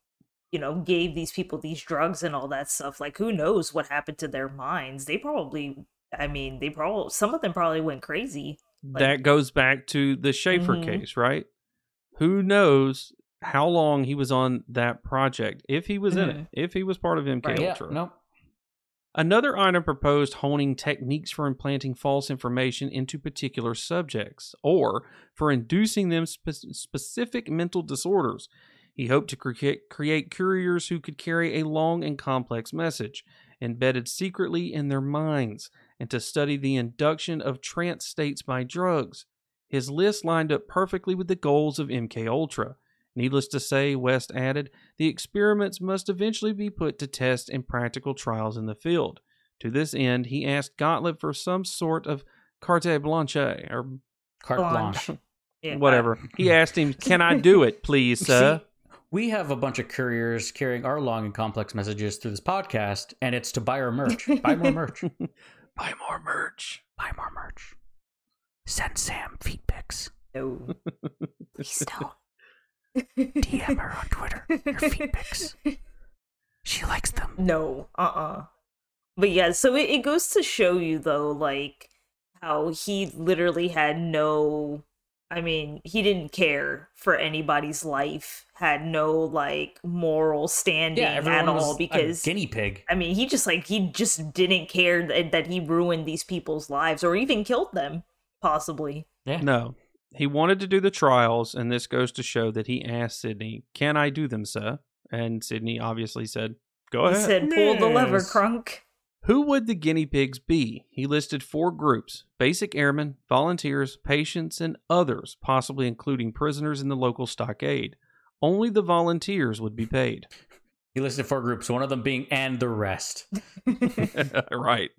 you know gave these people these drugs and all that stuff like who knows what happened to their minds they probably i mean they probably some of them probably went crazy Like-
that goes back to the Schaefer
Mhm.
case, right? Who knows how long he was on that project? If he was in it,
Mhm.
if he was part of MK
Mm-hmm. Right.
Yeah,
Ultra.
no.
Another item proposed honing techniques for implanting false information into particular subjects or for inducing them spe- specific mental disorders. He hoped to create, create couriers who could carry a long and complex message embedded secretly in their minds and to study the induction of trance states by drugs. His list lined up perfectly with the goals of MK Ultra. Needless to say, West added, the experiments must eventually be put to test in practical trials in the field. To this end, he asked Gottlieb for some sort of carte blanche or
Carte
Blonde.
blanche.
Yeah, I-
whatever. He asked him, "Can I do it, please, sir?"
See, we have a bunch of couriers carrying our long and complex messages through this podcast, and it's to buy our merch. buy more merch.
Buy more merch.
Buy more merch. Send Sam feet pics.
no.
Please don't.
DM her on Twitter. Your feet pics. She likes them.
No, uh uh But yeah, so it, it goes to show you though, like how he literally had no I mean, he didn't care for anybody's life, had no like moral standing
Yeah,
at
everyone was
all because
a guinea pig.
I mean, he just like he just didn't care that, that he ruined these people's lives or even killed them, possibly.
Yeah.
No, he wanted to do the trials, and this goes to show that he asked Sydney, "Can I do them, sir?" And Sydney obviously said, "Go
He
ahead."
said, "Pull the lever,
Yes.
Crunk."
Who would the guinea pigs be? He listed four groups basic airmen, volunteers, patients, and others, possibly including prisoners in the local stockade. Only the volunteers would be paid.
He listed four groups, one of them being and the rest.
right.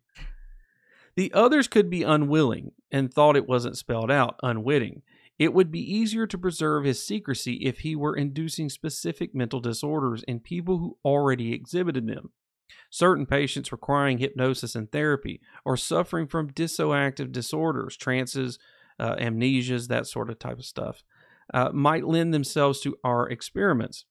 The others could be unwilling and thought it wasn't spelled out, unwitting. It would be easier to preserve his secrecy if he were inducing specific mental disorders in people who already exhibited them. Certain patients requiring hypnosis and therapy or suffering from dissoactive disorders, trances, uh, amnesias, that sort of type of stuff, uh, might lend themselves to our experiments.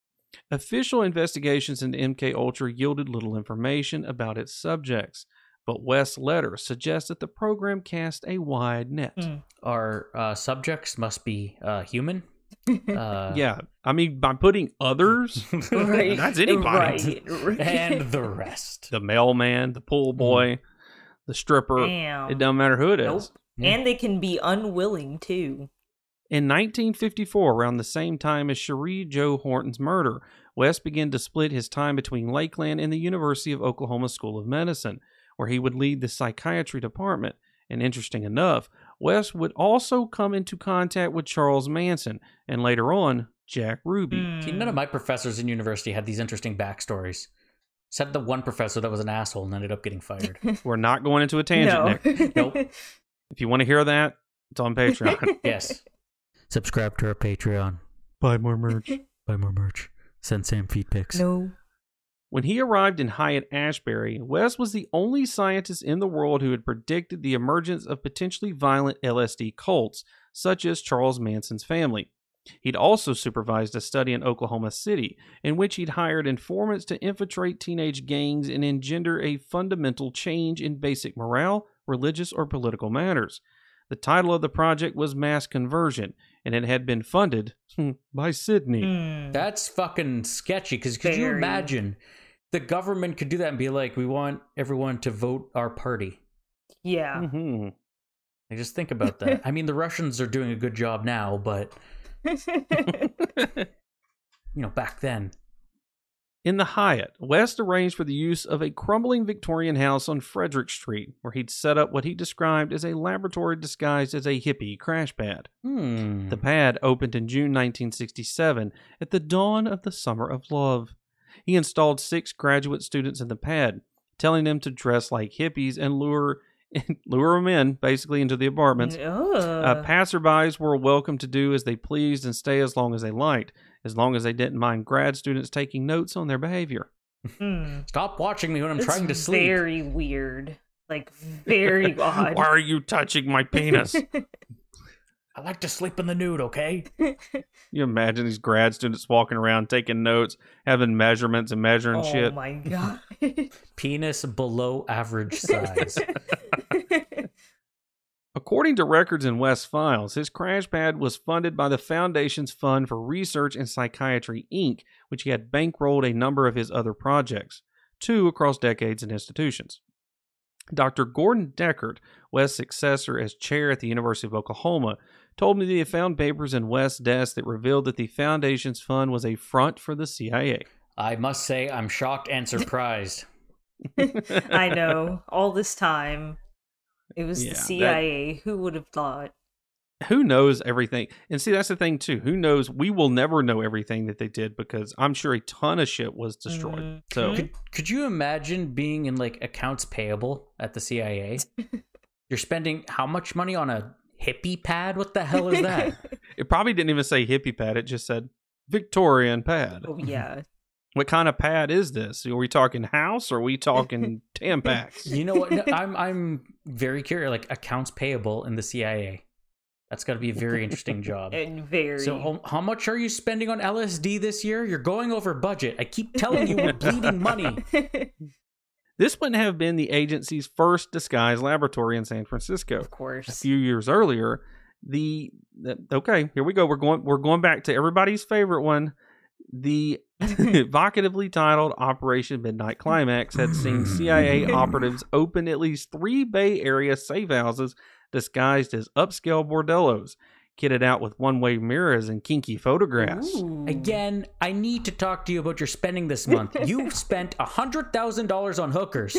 Official investigations into MK Ultra yielded little information about its subjects, but West's letter suggests that the program cast a wide net.
Mm.
Our uh, subjects must be uh, human. Uh,
Yeah, I mean by putting others,
Right.
that's anybody.
Right.
and the rest.
The mailman, the pool boy, the stripper,
Damn.
it doesn't matter who it is.
Nope.
Hmm.
And they can be unwilling too.
In 1954, around the same time as Cherie Joe Horton's murder, West began to split his time between Lakeland and the University of Oklahoma School of Medicine, where he would lead the psychiatry department. And interesting enough, West would also come into contact with Charles Manson and later on, Jack Ruby.
See, none of my professors in university had these interesting backstories. Except the one professor that was an asshole and ended up getting fired.
We're not going into a tangent,
no.
Nick.
Nope.
If you want to hear that, it's on Patreon.
yes. Subscribe to our Patreon.
Buy more merch.
Buy more merch. Send Sam feed pics.
no.
When he arrived in Hyatt Ashbury, West was the only scientist in the world who had predicted the emergence of potentially violent LSD cults, such as Charles Manson's family. He'd also supervised a study in Oklahoma City, in which he'd hired informants to infiltrate teenage gangs and engender a fundamental change in basic morale, religious, or political matters. The title of the project was Mass Conversion, and it had been funded hmm, by Sydney.
Mm,
That's fucking sketchy. Because could you
Very.
imagine the government could do that and be like, "We want everyone to vote our party."
Yeah.
Mhm.
Like, just think about that. I mean, the Russians are doing a good job now, but
Hmm.
you know, back then,
In the Hyatt, West arranged for the use of a crumbling Victorian house on Frederick Street, where he'd set up what he described as a laboratory disguised as a hippie crash pad.
hmm,
The pad opened in June 1967 at the dawn of the Summer of Love. He installed six graduate students in the pad, telling them to dress like hippies and lure lure them in basically into the apartments. Uh,
Ugh.
passerbys were welcome to do as they pleased and stay as long as they liked, as long as they didn't mind grad students taking notes on their behavior.
Hmm.
stop watching me when I'm
It's
trying to sleep.
Very weird. Like very odd.
Why are you touching my penis?
I like to sleep in the nude. Okay.
you imagine these grad students walking around taking notes, having measurements and measuring
oh
shit.
my god.
Penis below average size.
According to records in West files, his crash pad was funded by the Foundation's Fund for Research in Psychiatry, Inc., which he had bankrolled a number of his other projects, two across decades and institutions. Dr. Gordon Deckard, West's successor as chair at the University of Oklahoma, told me that he had found papers in West's desk that revealed that the Foundation's fund was a front for the CIA.
I must say, I'm shocked and surprised.
I know. All this time. It was
Yeah,
the
that-
CIA. Who would have thought?
who knows everything and see that's the thing too who knows we will never know everything that they did because i'm sure a ton of shit was destroyed
Mm-hmm.
so
Could could you imagine being in like accounts payable at the CIA? You're spending how much money on a hippie pad? What the hell is that?
it probably didn't even say hippie pad it just said victorian pad
Oh yeah.
what kind of pad is this are we talking house or are we talking tampax
you know what? No, I'm I'm very curious. Like accounts payable in the CIA. That's got to be a very interesting job.
And very
So how, how much are you spending on LSD this year? You're going over budget. I keep telling you we're bleeding money.
this wouldn't have been the agency's first disguised laboratory in san francisco
of course.
a few years earlier the, the okay here we go we're going we're going back to everybody's favorite one the evocatively titled operation midnight climax had seen cia operatives open at least three bay area safe houses disguised as upscale bordellos kitted out with one-way mirrors and kinky photographs
Again, I need to talk to you about your spending this month. You spent hundred thousand dollars on hookers.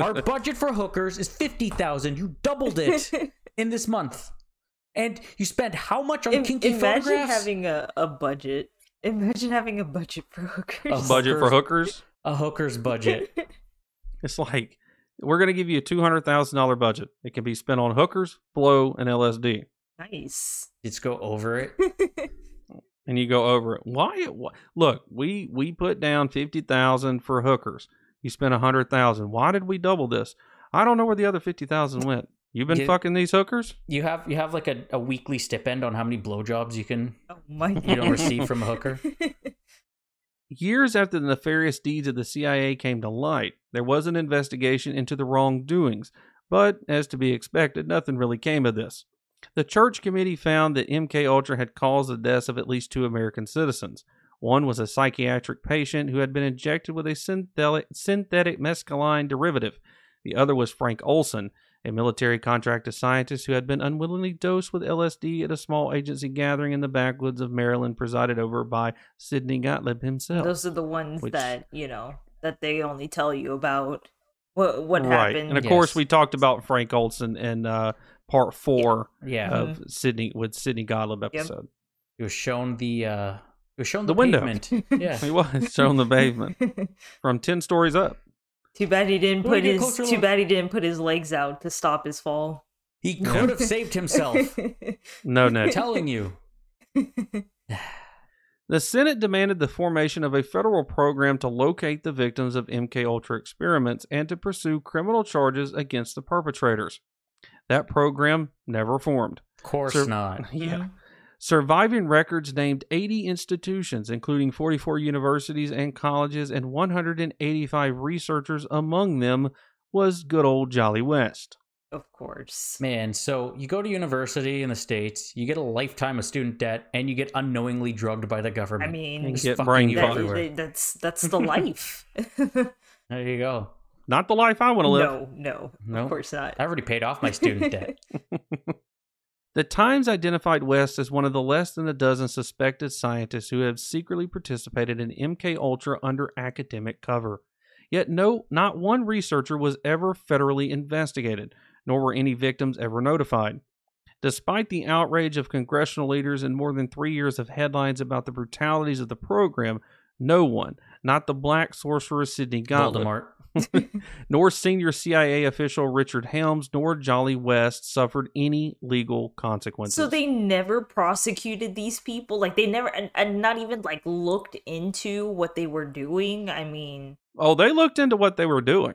Our budget for hookers is fifty thousand. You doubled it in this month, and you spent how much on
Im-
kinky
imagine
photographs?
having a, a budget. Imagine having a budget for hookers.
A
budget for hookers
a hooker's budget.
it's like we're going to give you a $200000 budget it can be spent on hookers blow and lsd
nice. Oh
Just go over it.
and you go over it. Why? why look, we we put down fifty thousand for hookers. You spent a hundred thousand. Why did we double this? I don't know where the other fifty thousand went. You've been
Yeah.
fucking these hookers.
You have you have like a, a weekly stipend on how many blowjobs you can
Oh my
you don't
god.
receive from a hooker.
Years after the nefarious deeds of the CIA came to light, there was an investigation into the wrongdoings, but as to be expected, nothing really came of this. The church committee found that MK Ultra had caused the deaths of at least two American citizens. One was a psychiatric patient who had been injected with a synthetic, synthetic mescaline derivative. The other was Frank Olson, a military contractor scientist who had been unwillingly dosed with LSD at a small agency gathering in the backwoods of Maryland presided over by Sidney Gottlieb himself.
Those are the ones
Which-
that, you know, that they only tell you about what what
right.
happened.
And of
Yes.
course, we talked about Frank Olson in uh, part four
Yeah,
Mm-hmm.
of Sydney with Sydney Gottlieb episode.
it was shown the uh, it was shown
The
the,
window.
pavement. Yeah,
He was shown the pavement from ten stories up.
Too bad he didn't
Well, we
put
get
his
cultural-
too bad he didn't put his legs out to stop his fall.
he could have saved himself.
No, no.
telling you.
the Senate demanded the formation of a federal program to locate the victims of MK Ultra experiments and to pursue criminal charges against the perpetrators. That program never formed.
Of course
Sir-
not.
Yeah. Surviving records named 80 institutions, including 44 universities and colleges, and 185 researchers. Among them was good old Jolly West.
Of course.
Man, so you go to university in the States, you get a lifetime of student debt, and you get unknowingly drugged by the government.
I mean,
It's
Get
fucking
brain
you
fucked.
everywhere.
that, that's that's the life.
There you go.
Not the life I want to live.
No, no,
No.
of course not.
I already paid off my student debt.
The Times identified West as one of the less than a dozen suspected scientists who have secretly participated in MK Ultra under academic cover. Yet no not one researcher was ever federally investigated, nor were any victims ever notified. Despite the outrage of congressional leaders and more than 3 years of headlines about the brutalities of the program, no one, not the black sorcerer Sidney Gottlieb,
Voldemort.
nor senior CIA official Richard Helms, nor Jolly West suffered any legal consequences.
So they never prosecuted these people. Like they never, and, and not even like looked into what they were doing. I mean,
oh, they looked into what they were doing.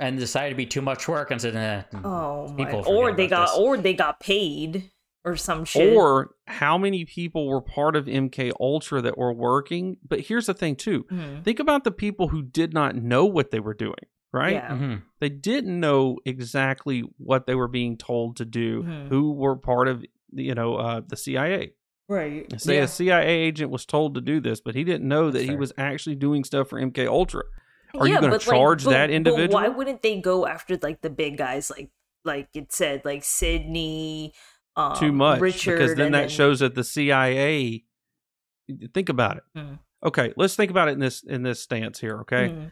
And decided to be too much work and said, eh,
oh my!
People forget
Or they
about
got,
this.
or they got paid, or some shit.
Or how many people were part of MK Ultra that were working? But here's the thing too.
Mhm.
Think about the people who did not know what they were doing, right?
Yeah.
mhm.
They didn't know exactly what they were being told to do,
Mhm.
who were part of you know uh, the CIA.
right?
Say a CIA agent was told to do this, but he didn't know that
That's
he
fair.
was actually doing stuff for MK Ultra. Are you
Yeah,
going
but,
to
like,
charge
but-
that
but
individual?
why wouldn't they go after like the big guys, like like it said, like Sydney, um,
too much
Richard,
because then
and
that shows that the CIA. Think about it.
Mm.
Okay, let's think about it in this in this stance here. Okay,
Mhm.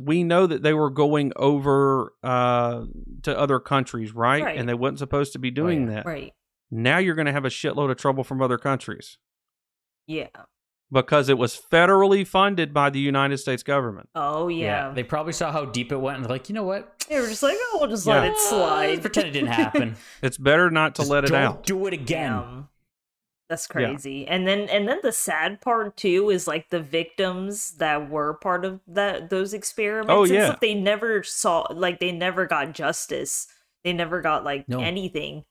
we know that they were going over uh, to other countries, right?
Right. Oh,
And they weren't supposed to be doing
yeah.
that.
right?
Now you're going to have a shitload of trouble from other countries
Yeah.
because it was federally funded by the United States government.
Oh yeah.
They probably saw how deep it went and they're like, you know what?
They were just like, oh, we'll just
Yeah.
let it
Let's
slide.
Pretend it didn't happen.
It's better not to
Just
let it
don't
out.
Do it again.
Damn. That's
Yeah.
crazy. And then and then the sad part too is like the victims that were part of that those experiments
Oh,
and
yeah.
stuff, they never saw like they never got justice. They never got like
No.
anything.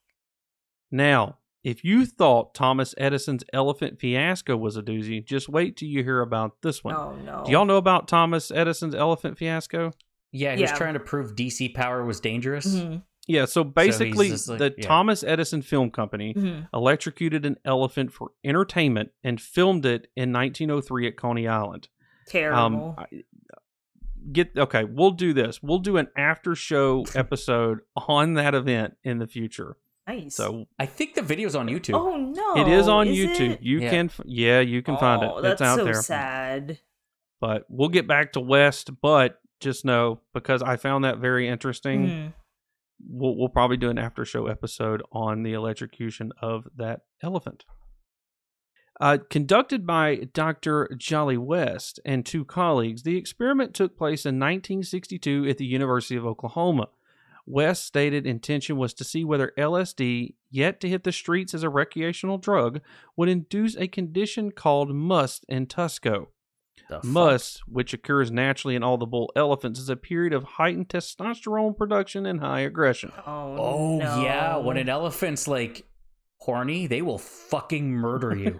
Now, if you thought Thomas Edison's elephant fiasco was a doozy, just wait till you hear about this one.
Oh no.
Do y'all know about Thomas Edison's elephant fiasco?
Yeah, he was
Yeah.
trying to prove DC power was dangerous.
Mhm,
Yeah, so basically,
just like-
the
yeah.
Thomas Edison Film Company
mhm.
electrocuted an elephant for entertainment and filmed it in 1903 at Coney Island. Um,
Terrible.
I- get okay, we'll do this. We'll do an after show episode on that event in the future.
nice.
So
I think the video's on YouTube.
oh no.
it is on YouTube.
it?
You
Yeah.
can f- yeah, you can find
Oh,
it.
That's
It's out
so
there.
sad.
But we'll get back to West, but just know because I found that very interesting.
Mhm.
we'll, we'll probably do an after show episode on the electrocution of that elephant. Uh, conducted by Dr. Jolly West and two colleagues, the experiment took place in 1962 at the University of Oklahoma. West's stated intention was to see whether LSD, yet to hit the streets as a recreational drug, would induce a condition called must in Tusco.
The fuck?
Must, which occurs naturally in all the bull elephants, is a period of heightened testosterone production and high aggression.
Oh,
Oh
no.
yeah, when an elephant's like horny, they will fucking murder you.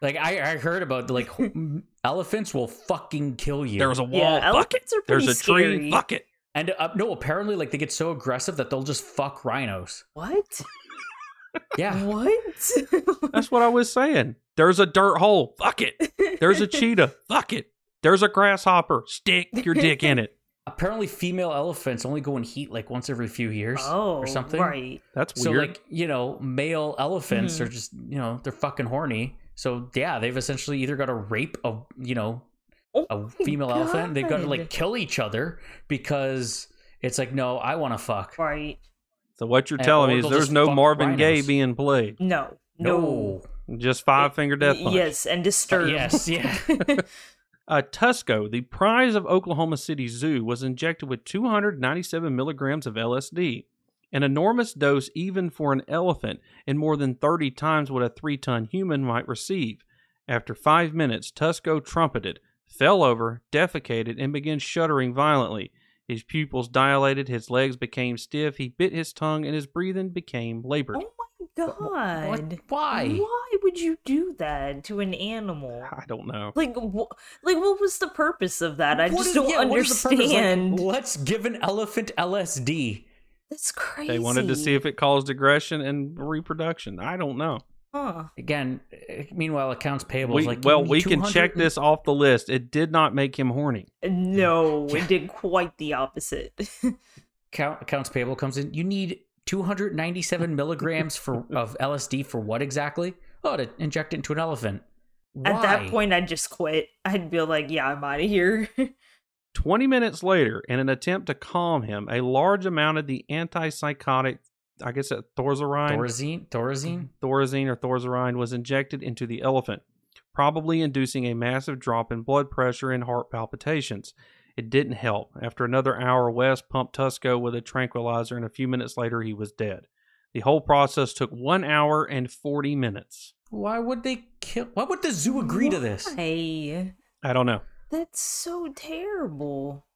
like I, I heard about like h- elephants will fucking kill you.
There was a wall.
Yeah,
fuck it.
elephants are
There's
pretty
a tree.
scary.
Fuck it.
and uh, no, apparently like they get so aggressive that they'll just fuck rhinos.
What?
Yeah,
What?
That's what I was saying. There's a dirt hole. Fuck it. There's a cheetah. Fuck it. There's a grasshopper. Stick your dick in it.
apparently female elephants only go in heat like once every few years
oh,
or something.
Right.
That's
So
weird.
like you know, male elephants
Mhm.
are just you know they're fucking horny. So yeah, they've essentially either got to rape a you know
Oh
a
my
female elephant. They've got to like
God.
kill each other because it's like, no, I want to fuck.
Right.
so what you're
and-
telling
or
me is
they'll
there's
just
no
fuck
Marvin Gaye
rhinos.
being played.
No. No.
No.
Just five finger death
Y-
punch.
Yes, and disturbed. Oh
Yes, yeah.
Uh, Tusco, the prize of Oklahoma City Zoo, was injected with 297 milligrams of LSD, an enormous dose even for an elephant, and more than 30 times what a three ton human might receive. After five minutes, Tusco trumpeted, fell over, defecated, and began shuddering violently. His pupils dilated, his legs became stiff, he bit his tongue, and his breathing became labored.
oh my god.
What? Why?
Why would you do that to an animal?
I don't know.
Like, wh- like, what was the purpose of that? I
What
just
is-
don't
yeah, what is the purpose? Like,
understand.
let's give an elephant LSD.
That's crazy.
They wanted to see if it caused aggression and reproduction. I don't know.
Huh.
Again, eh, meanwhile, accounts payable
We,
is like.
well,
you
we
need
can check
200
this off the list. It did not make him horny.
No, it did quite the opposite.
Count, accounts payable comes in. You need 297 milligrams for of LSD for what exactly? Oh, to inject it into an elephant. Why?
At that point, I'd just quit. I'd be like, yeah, I'm out of here.
20 minutes later, in an attempt to calm him, a large amount of the antipsychotic, I guess that thorazine,
Thorazine? Thorazine?
thorazine or thorazine was injected into the elephant, probably inducing a massive drop in blood pressure and heart palpitations. It didn't help. After another hour, West pumped Tusco with a tranquilizer, and a few minutes later, he was dead. The whole process took one hour and 40 minutes.
Why would they kill? Why would the zoo agree to this?
Hey,
I don't know.
that's so terrible.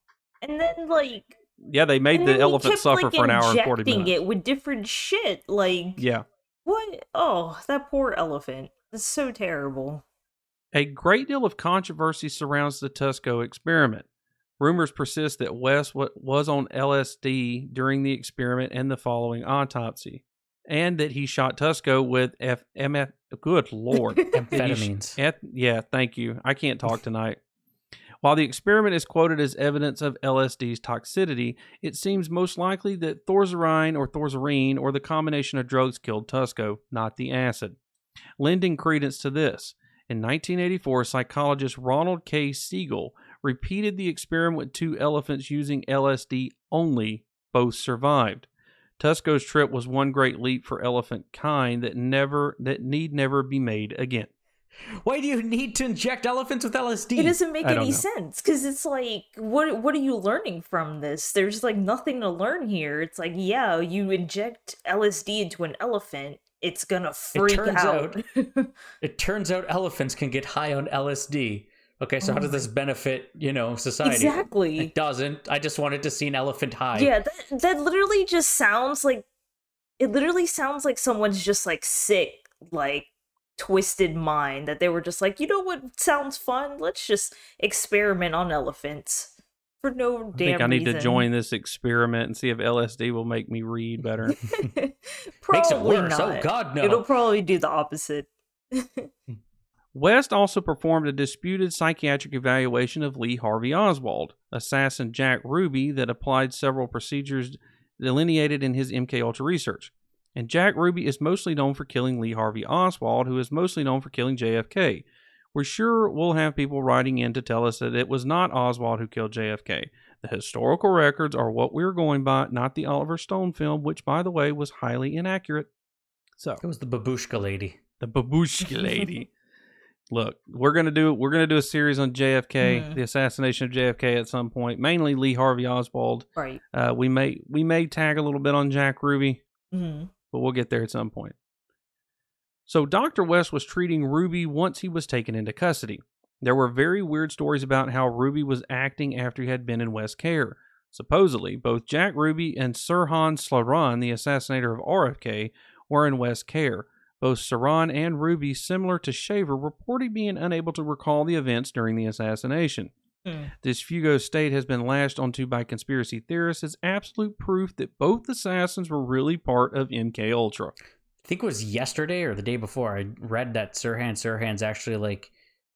And then, like,
Yeah, they made
and
the
then he
elephant
kept,
suffer
like,
for an hour and 40
injecting
minutes.
it with different shit. Like,
Yeah.
what? Oh, that poor elephant. That's so terrible.
A great deal of controversy surrounds the Tusco experiment. Rumors persist that West wa- was on LSD during the experiment and the following autopsy, and that he shot Tusco with F- MF. Good lord. That he sh-
Amphetamines.
eth- yeah, thank you. I can't talk tonight. While the experiment is quoted as evidence of LSD's toxicity, it seems most likely that thorazine or thorazine or the combination of drugs killed Tusco, not the acid. Lending credence to this, in 1984, psychologist Ronald K. Siegel repeated the experiment with two elephants using LSD only. Both survived. Tusco's trip was one great leap for elephant kind that never that need never be made again.
Why do you need to inject elephants with LSD?
It doesn't make
I don't
any
know.
sense because it's like, what? What are you learning from this? There's like nothing to learn here. It's like, yeah, you inject LSD into an elephant, it's gonna freak
turns
out.
It turns out elephants can get high on LSD. Okay, so how does this benefit, you know, society?
Oh exactly.
It doesn't. I just wanted to see an elephant high.
Yeah, that, that literally just sounds like it literally sounds like someone's just like sick, like twisted mind that they were just like, you know what sounds fun? Let's just experiment on elephants for no
I
damn
think I need to
reason."
join this experiment and see if LSD will make me read better.
probably
worse. Oh,
not.
God, no.
It'll probably do the opposite.
West also performed a disputed psychiatric evaluation of Lee Harvey Oswald, assassin Jack Ruby, that applied several procedures delineated in his MKUltra research. And Jack Ruby is mostly known for killing Lee Harvey Oswald, who is mostly known for killing JFK. We're sure we'll have people writing in to tell us that it was not Oswald who killed JFK. The historical records are what we're going by, not the Oliver Stone film, which, by the way, was highly inaccurate. So
It was the babushka lady.
the babushka lady. Look, we're gonna do we're gonna do a series on JFK, the assassination of JFK at some point. Mainly Lee Harvey Oswald.
Right.
Uh, we may we may tag a little bit on Jack Ruby,
hmm
but we'll get there at some point. So Dr. West was treating Ruby once he was taken into custody. There were very weird stories about how Ruby was acting after he had been in West's care. Supposedly, both Jack Ruby and Sirhan Slaran, the assassinator of RFK, were in West's care. Both Saran and Ruby, similar to Shaver, reported being unable to recall the events during the assassination.
Mm-hmm.
This Fugo state has been lashed onto by conspiracy theorists as absolute proof that both assassins were really part of MK Ultra.
I think it was yesterday or the day before. I read that Sirhan Sirhan's actually like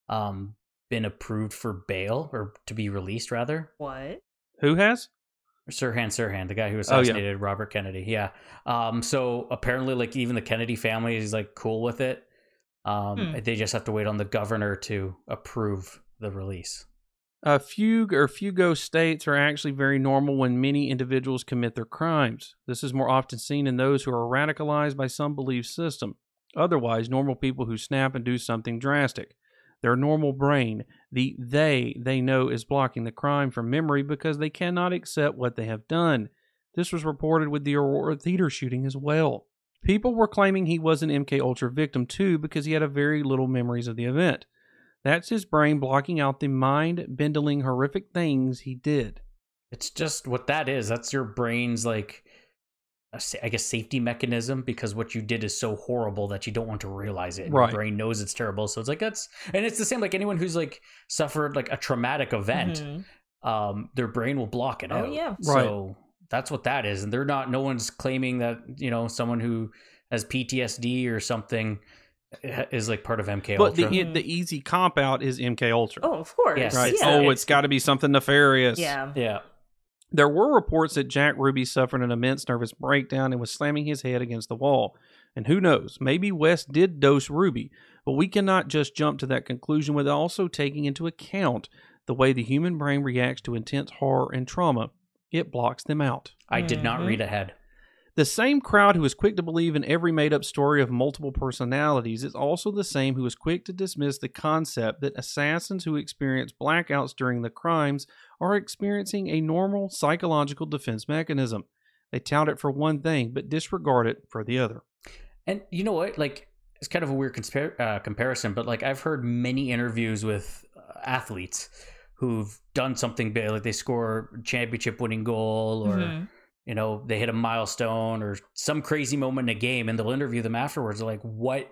um been approved for bail or to be released rather.
What?
Who has?
Sirhan Sirhan, the guy
Oh,
who
yeah.
assassinated Robert Kennedy. Yeah. Um, so apparently, like even the Kennedy family is like cool with it. Um,
Hmm.
they just have to wait on the governor to approve the release.
Uh, fugue or fugo states are actually very normal when many individuals commit their crimes. This is more often seen in those who are radicalized by some belief system. Otherwise, normal people who snap and do something drastic. Their normal brain, the they they know is blocking the crime from memory because they cannot accept what they have done. This was reported with the Aurora Theater shooting as well. People were claiming he was an MK Ultra victim too because he had a very little memories of the event. That's his brain blocking out the mind bending horrific things he did.
It's just what that is. That's your brain's like, a sa- I guess, safety mechanism because what you did is so horrible that you don't want to realize it. And
Right.
Your brain knows it's terrible, so it's like that's and it's the same. Like anyone who's like suffered like a traumatic event,
Mhm.
um, their brain will block it
Oh,
out.
yeah.
Mm-hmm. Right.
So that's what that is. And they're not. No one's claiming that you know someone who has PTSD or something eh, is like part of MK.
But the
Ultra.
e- the easy cop out is MK Ultra.
Oh, of course.
Yes.
right.
Yeah.
oh, it's got to be something nefarious.
yeah.
yeah,
There were reports that Jack Ruby suffered an immense nervous breakdown and was slamming his head against the wall. And who knows, maybe West did dose Ruby, but we cannot just jump to that conclusion without also taking into account the way the human brain reacts to intense horror and trauma. It blocks them out.
I did
Mm-hmm.
not read ahead.
The same crowd who is quick to believe in every made up story of multiple personalities is also the same who is quick to dismiss the concept that assassins who experience blackouts during the crimes are experiencing a normal psychological defense mechanism. They tout it for one thing, but disregard it for the other.
And you know what? Like, it's kind of a weird conspar- uh, comparison, but like, I've heard many interviews with uh, athletes who've done something big, like they score a championship winning goal or,
Mhm.
you know, they hit a milestone or some crazy moment in a game, and they'll interview them afterwards. They're like, what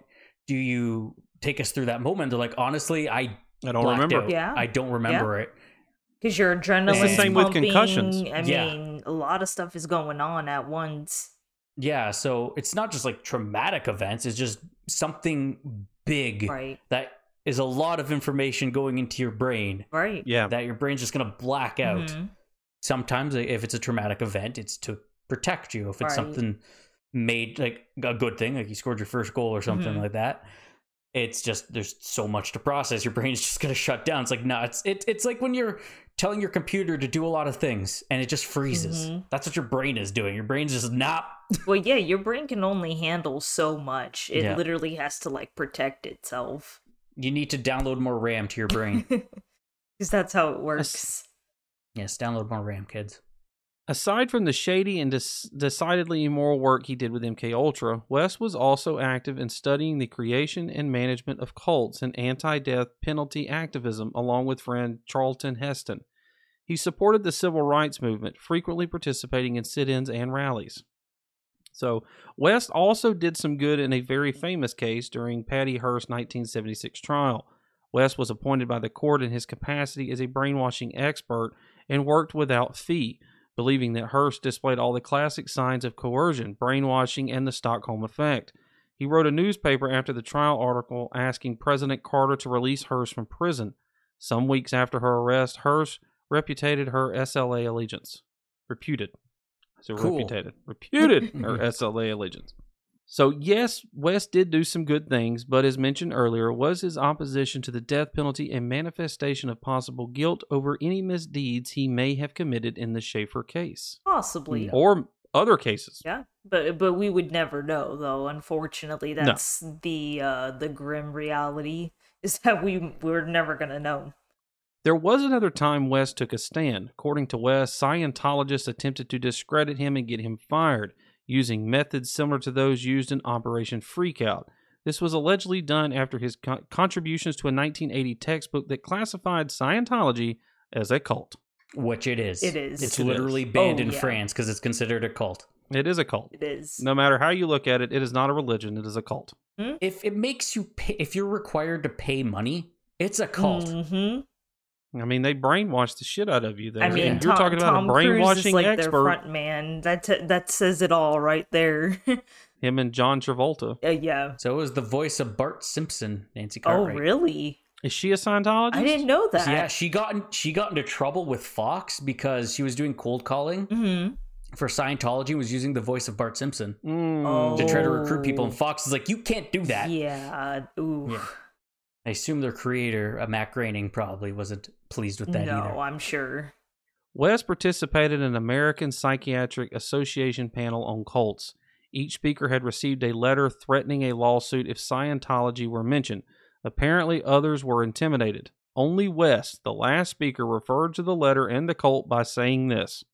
do you take us through that moment? They're like, honestly, I
I don't
blacked
remember.
out.
Yeah.
I don't remember it.
Because your adrenaline.
same
with concussions.
I
Yeah.
mean, a lot of stuff is going on at once.
Yeah. So it's not just like traumatic events, it's just something big
Right.
that is a lot of information going into your brain.
Right.
Yeah.
that your brain's just going to black out.
Mhm.
Sometimes, if it's a traumatic event, it's to protect you. If it's
Right.
something made like a good thing, like you scored your first goal or something
Mhm.
like that, it's just there's so much to process. Your brain's just going to shut down. It's like no, it's it, it's like when you're telling your computer to do a lot of things and it just freezes.
Mhm.
That's what your brain is doing. Your brain's just not.
Well, yeah, your brain can only handle so much. It
Yeah.
literally has to like protect itself
You need to download more RAM to your brain.
Mm.
because that's how it works.
yes, download more RAM, kids.
Aside from the shady and dis- decidedly immoral work he did with MK Ultra, West was also active in studying the creation and management of cults and anti-death penalty activism along with friend Charlton Heston. He supported the civil rights movement, frequently participating in sit-ins and rallies. So, West also did some good in a very famous case during Patty Hearst's 1976 trial. West was appointed by the court in his capacity as a brainwashing expert and worked without fee, believing that Hearst displayed all the classic signs of coercion, brainwashing, and the Stockholm effect. He wrote a newspaper after the trial article asking President Carter to release Hearst from prison. Some weeks after her arrest, Hearst reputated her SLA allegiance. Reputed. So
Cool.
reputated. Reputed her SLA allegiance. So, yes, West did do some good things, but as mentioned earlier, was his opposition to the death penalty a manifestation of possible guilt over any misdeeds he may have committed in the Schaefer case
Possibly.
Yeah.
or other cases?
Yeah. But but we would never know though. Unfortunately, that's the uh the grim reality is that we we're never going to know.
There was another time West took a stand. According to West, Scientologists attempted to discredit him and get him fired using methods similar to those used in Operation Freakout. This was allegedly done after his con- contributions to a 1980 textbook that classified Scientology as a cult.
Which it is.
It is.
It's
It is.
literally banned
Oh,
in
yeah.
France because it's considered a cult.
It is a cult.
It is.
No matter how you look at it, it is not a religion. It is a cult.
if it makes you pay, if you're required to pay money, it's a cult.
Mhm.
I mean, they brainwash the shit out of you. There.
I mean,
And
Tom,
you're talking about
Tom
a
Cruise
brainwashing
is like their
expert.
front man. That t- that says it all right there.
Him and John Travolta.
Uh, yeah.
So is the voice of Bart Simpson, Nancy
Oh,
Cartwright.
really?
Is she a Scientologist?
I didn't know that.
Yeah, she got in, she got into trouble with Fox because she was doing cold calling
Mhm.
for Scientology and was using the voice of Bart Simpson
Mm.
Oh.
to try to recruit people, and Fox is like, "You can't do that."
Yeah. Ooh.
Yeah. I assume their creator, uh, Matt Groening, probably wasn't pleased with that
no,
either.
I'm sure.
West participated in an American Psychiatric Association panel on cults. Each speaker had received a letter threatening a lawsuit if Scientology were mentioned. Apparently, others were intimidated. Only West, the last speaker, referred to the letter and the cult by saying this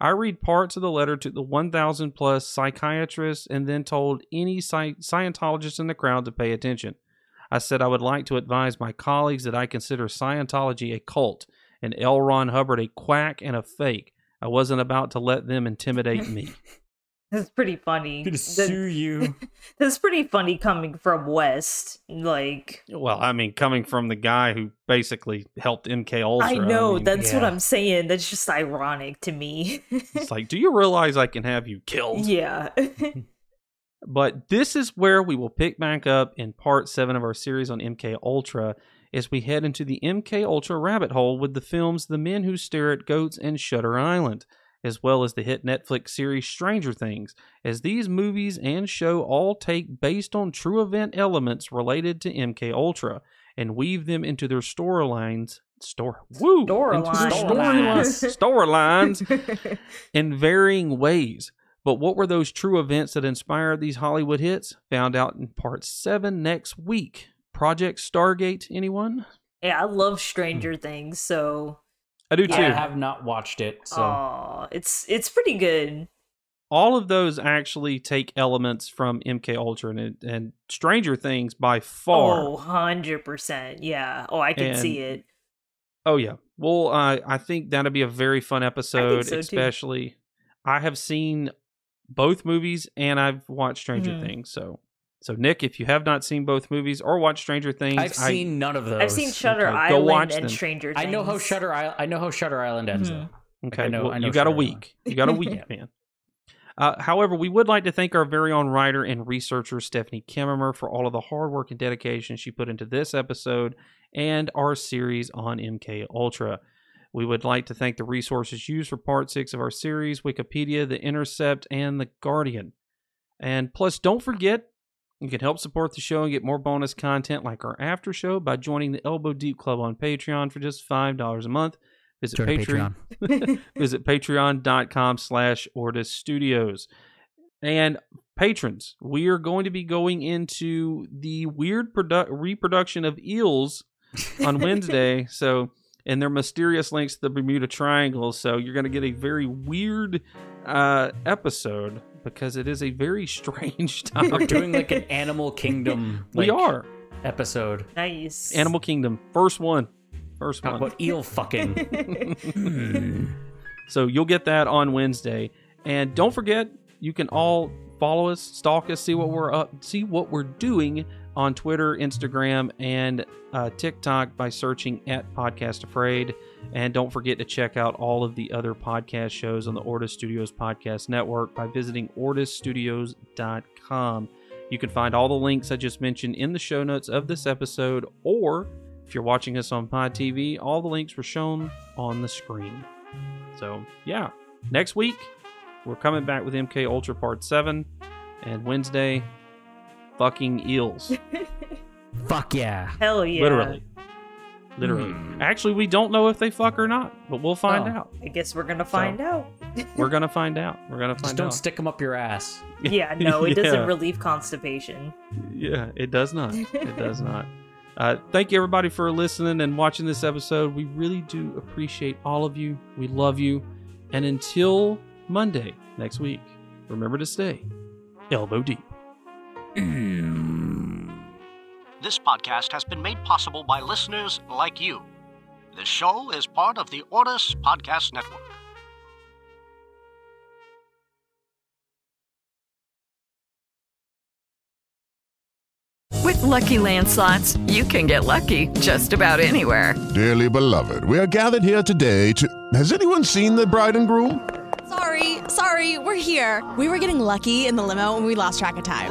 I read parts of the letter to the 1,000 plus psychiatrists and then told any sci- Scientologist in the crowd to pay attention. I said I would like to advise my colleagues that I consider Scientology a cult and L. Ron Hubbard a quack and a fake. I wasn't about to let them intimidate me.
It's pretty funny.
gonna sue you.
That's pretty funny coming from West. Like
Well, I mean, coming from the guy who basically helped MK Ultra,
I know
mean,
that's what
yeah.
I'm saying. That's just ironic to me.
It's like, do you realize I can have you killed?
yeah.
But this is where we will pick back up in part seven of our series on MK Ultra as we head into the MK Ultra rabbit hole with the films The Men Who Stare at Goats and Shutter Island, as well as the hit Netflix series Stranger Things, as these movies and show all take based on true event elements related to MK Ultra and weave them into their storylines. Store, woo, into their
Storylines.
storylines, storylines in varying ways. But what were those true events that inspired these Hollywood hits? Found out in part seven next week. Project Stargate, anyone?
yeah, I love Stranger Things, so
I do
I
too.
have not watched it, so
aw, it's it's pretty good.
All of those actually take elements from MK Ultra and, it- and Stranger Things by far.
Oh, 100%. Yeah. Oh, I can see
And
it.
Oh yeah. Well, uh, I think that'll be a very fun episode,
so, too.
especially. I have seen both movies and I've watched Stranger
Mhm.
Things. So, so Nick, if you have not seen both movies or watched Stranger Things,
I've
I-
seen none of those.
I've seen Shutter
okay, go watch
Island and
them.
Stranger Things.
I know how Shutter Island. I know how Shutter Island ends.
Mhm.
Though.
Okay,
I know-
well,
I know
you got a
Shutter Island.
week. You got a week, man. Uh, however, we would like to thank our very own writer and researcher Stephanie Kimmerer for all of the hard work and dedication she put into this episode and our series on MK Ultra. We would like to thank the resources used for part six of our series: Wikipedia, The Intercept, and The Guardian. And plus, don't forget you can help support the show and get more bonus content like our after show by joining the Elbow Deep Club on Patreon for just five dollars a month. Visit
Join
Patreon. visit patreon.com slash Ortis Studios. And patrons, we are going to be going into the weird produ- reproduction of eels on Wednesday. so, and their mysterious links to the Bermuda Triangle. So, you're going to get a very weird uh, episode because it is a very strange
We're
topic.
doing like an Animal Kingdom.
we
like,
are
episode.
Nice.
Animal Kingdom, first one, first
Talk
one.
about eel fucking.
So you'll get that on Wednesday. And don't forget, you can all follow us, stalk us, see what we're up, see what we're doing on Twitter, Instagram, and uh, TikTok by searching at Podcast Afraid. And don't forget to check out all of the other podcast shows on the Ortis Studios Podcast Network by visiting ortisstudios.com. You can find all the links I just mentioned in the show notes of this episode, or if you're watching us on Pod TV, all the links were shown on the screen. So yeah, next week we're coming back with MK Ultra Part Seven, and Wednesday, fucking eels,
Fuck yeah.
Hell yeah.
literally, literally. Actually, we don't know if they fuck or not, but we'll find
Hmm. Oh.
out.
I guess we're going to find out.
We're gonna find out. We're gonna
Just
find
don't
out.
stick them up your ass.
Yeah, no, it doesn't
Yeah.
relieve constipation.
yeah, it does not. It does not. Uh, thank you everybody for listening and watching this episode. We really do appreciate all of you. We love you, and until Monday next week, remember to stay elbow deep.
This podcast has been made possible by listeners like you. This show is part of the Ortis Podcast Network.
With Lucky Land slots, you can get lucky just about anywhere.
Dearly beloved, we are gathered here today to. Has anyone seen the bride and groom?
Sorry, sorry, we're here. We were getting lucky in the limo and we lost track of time.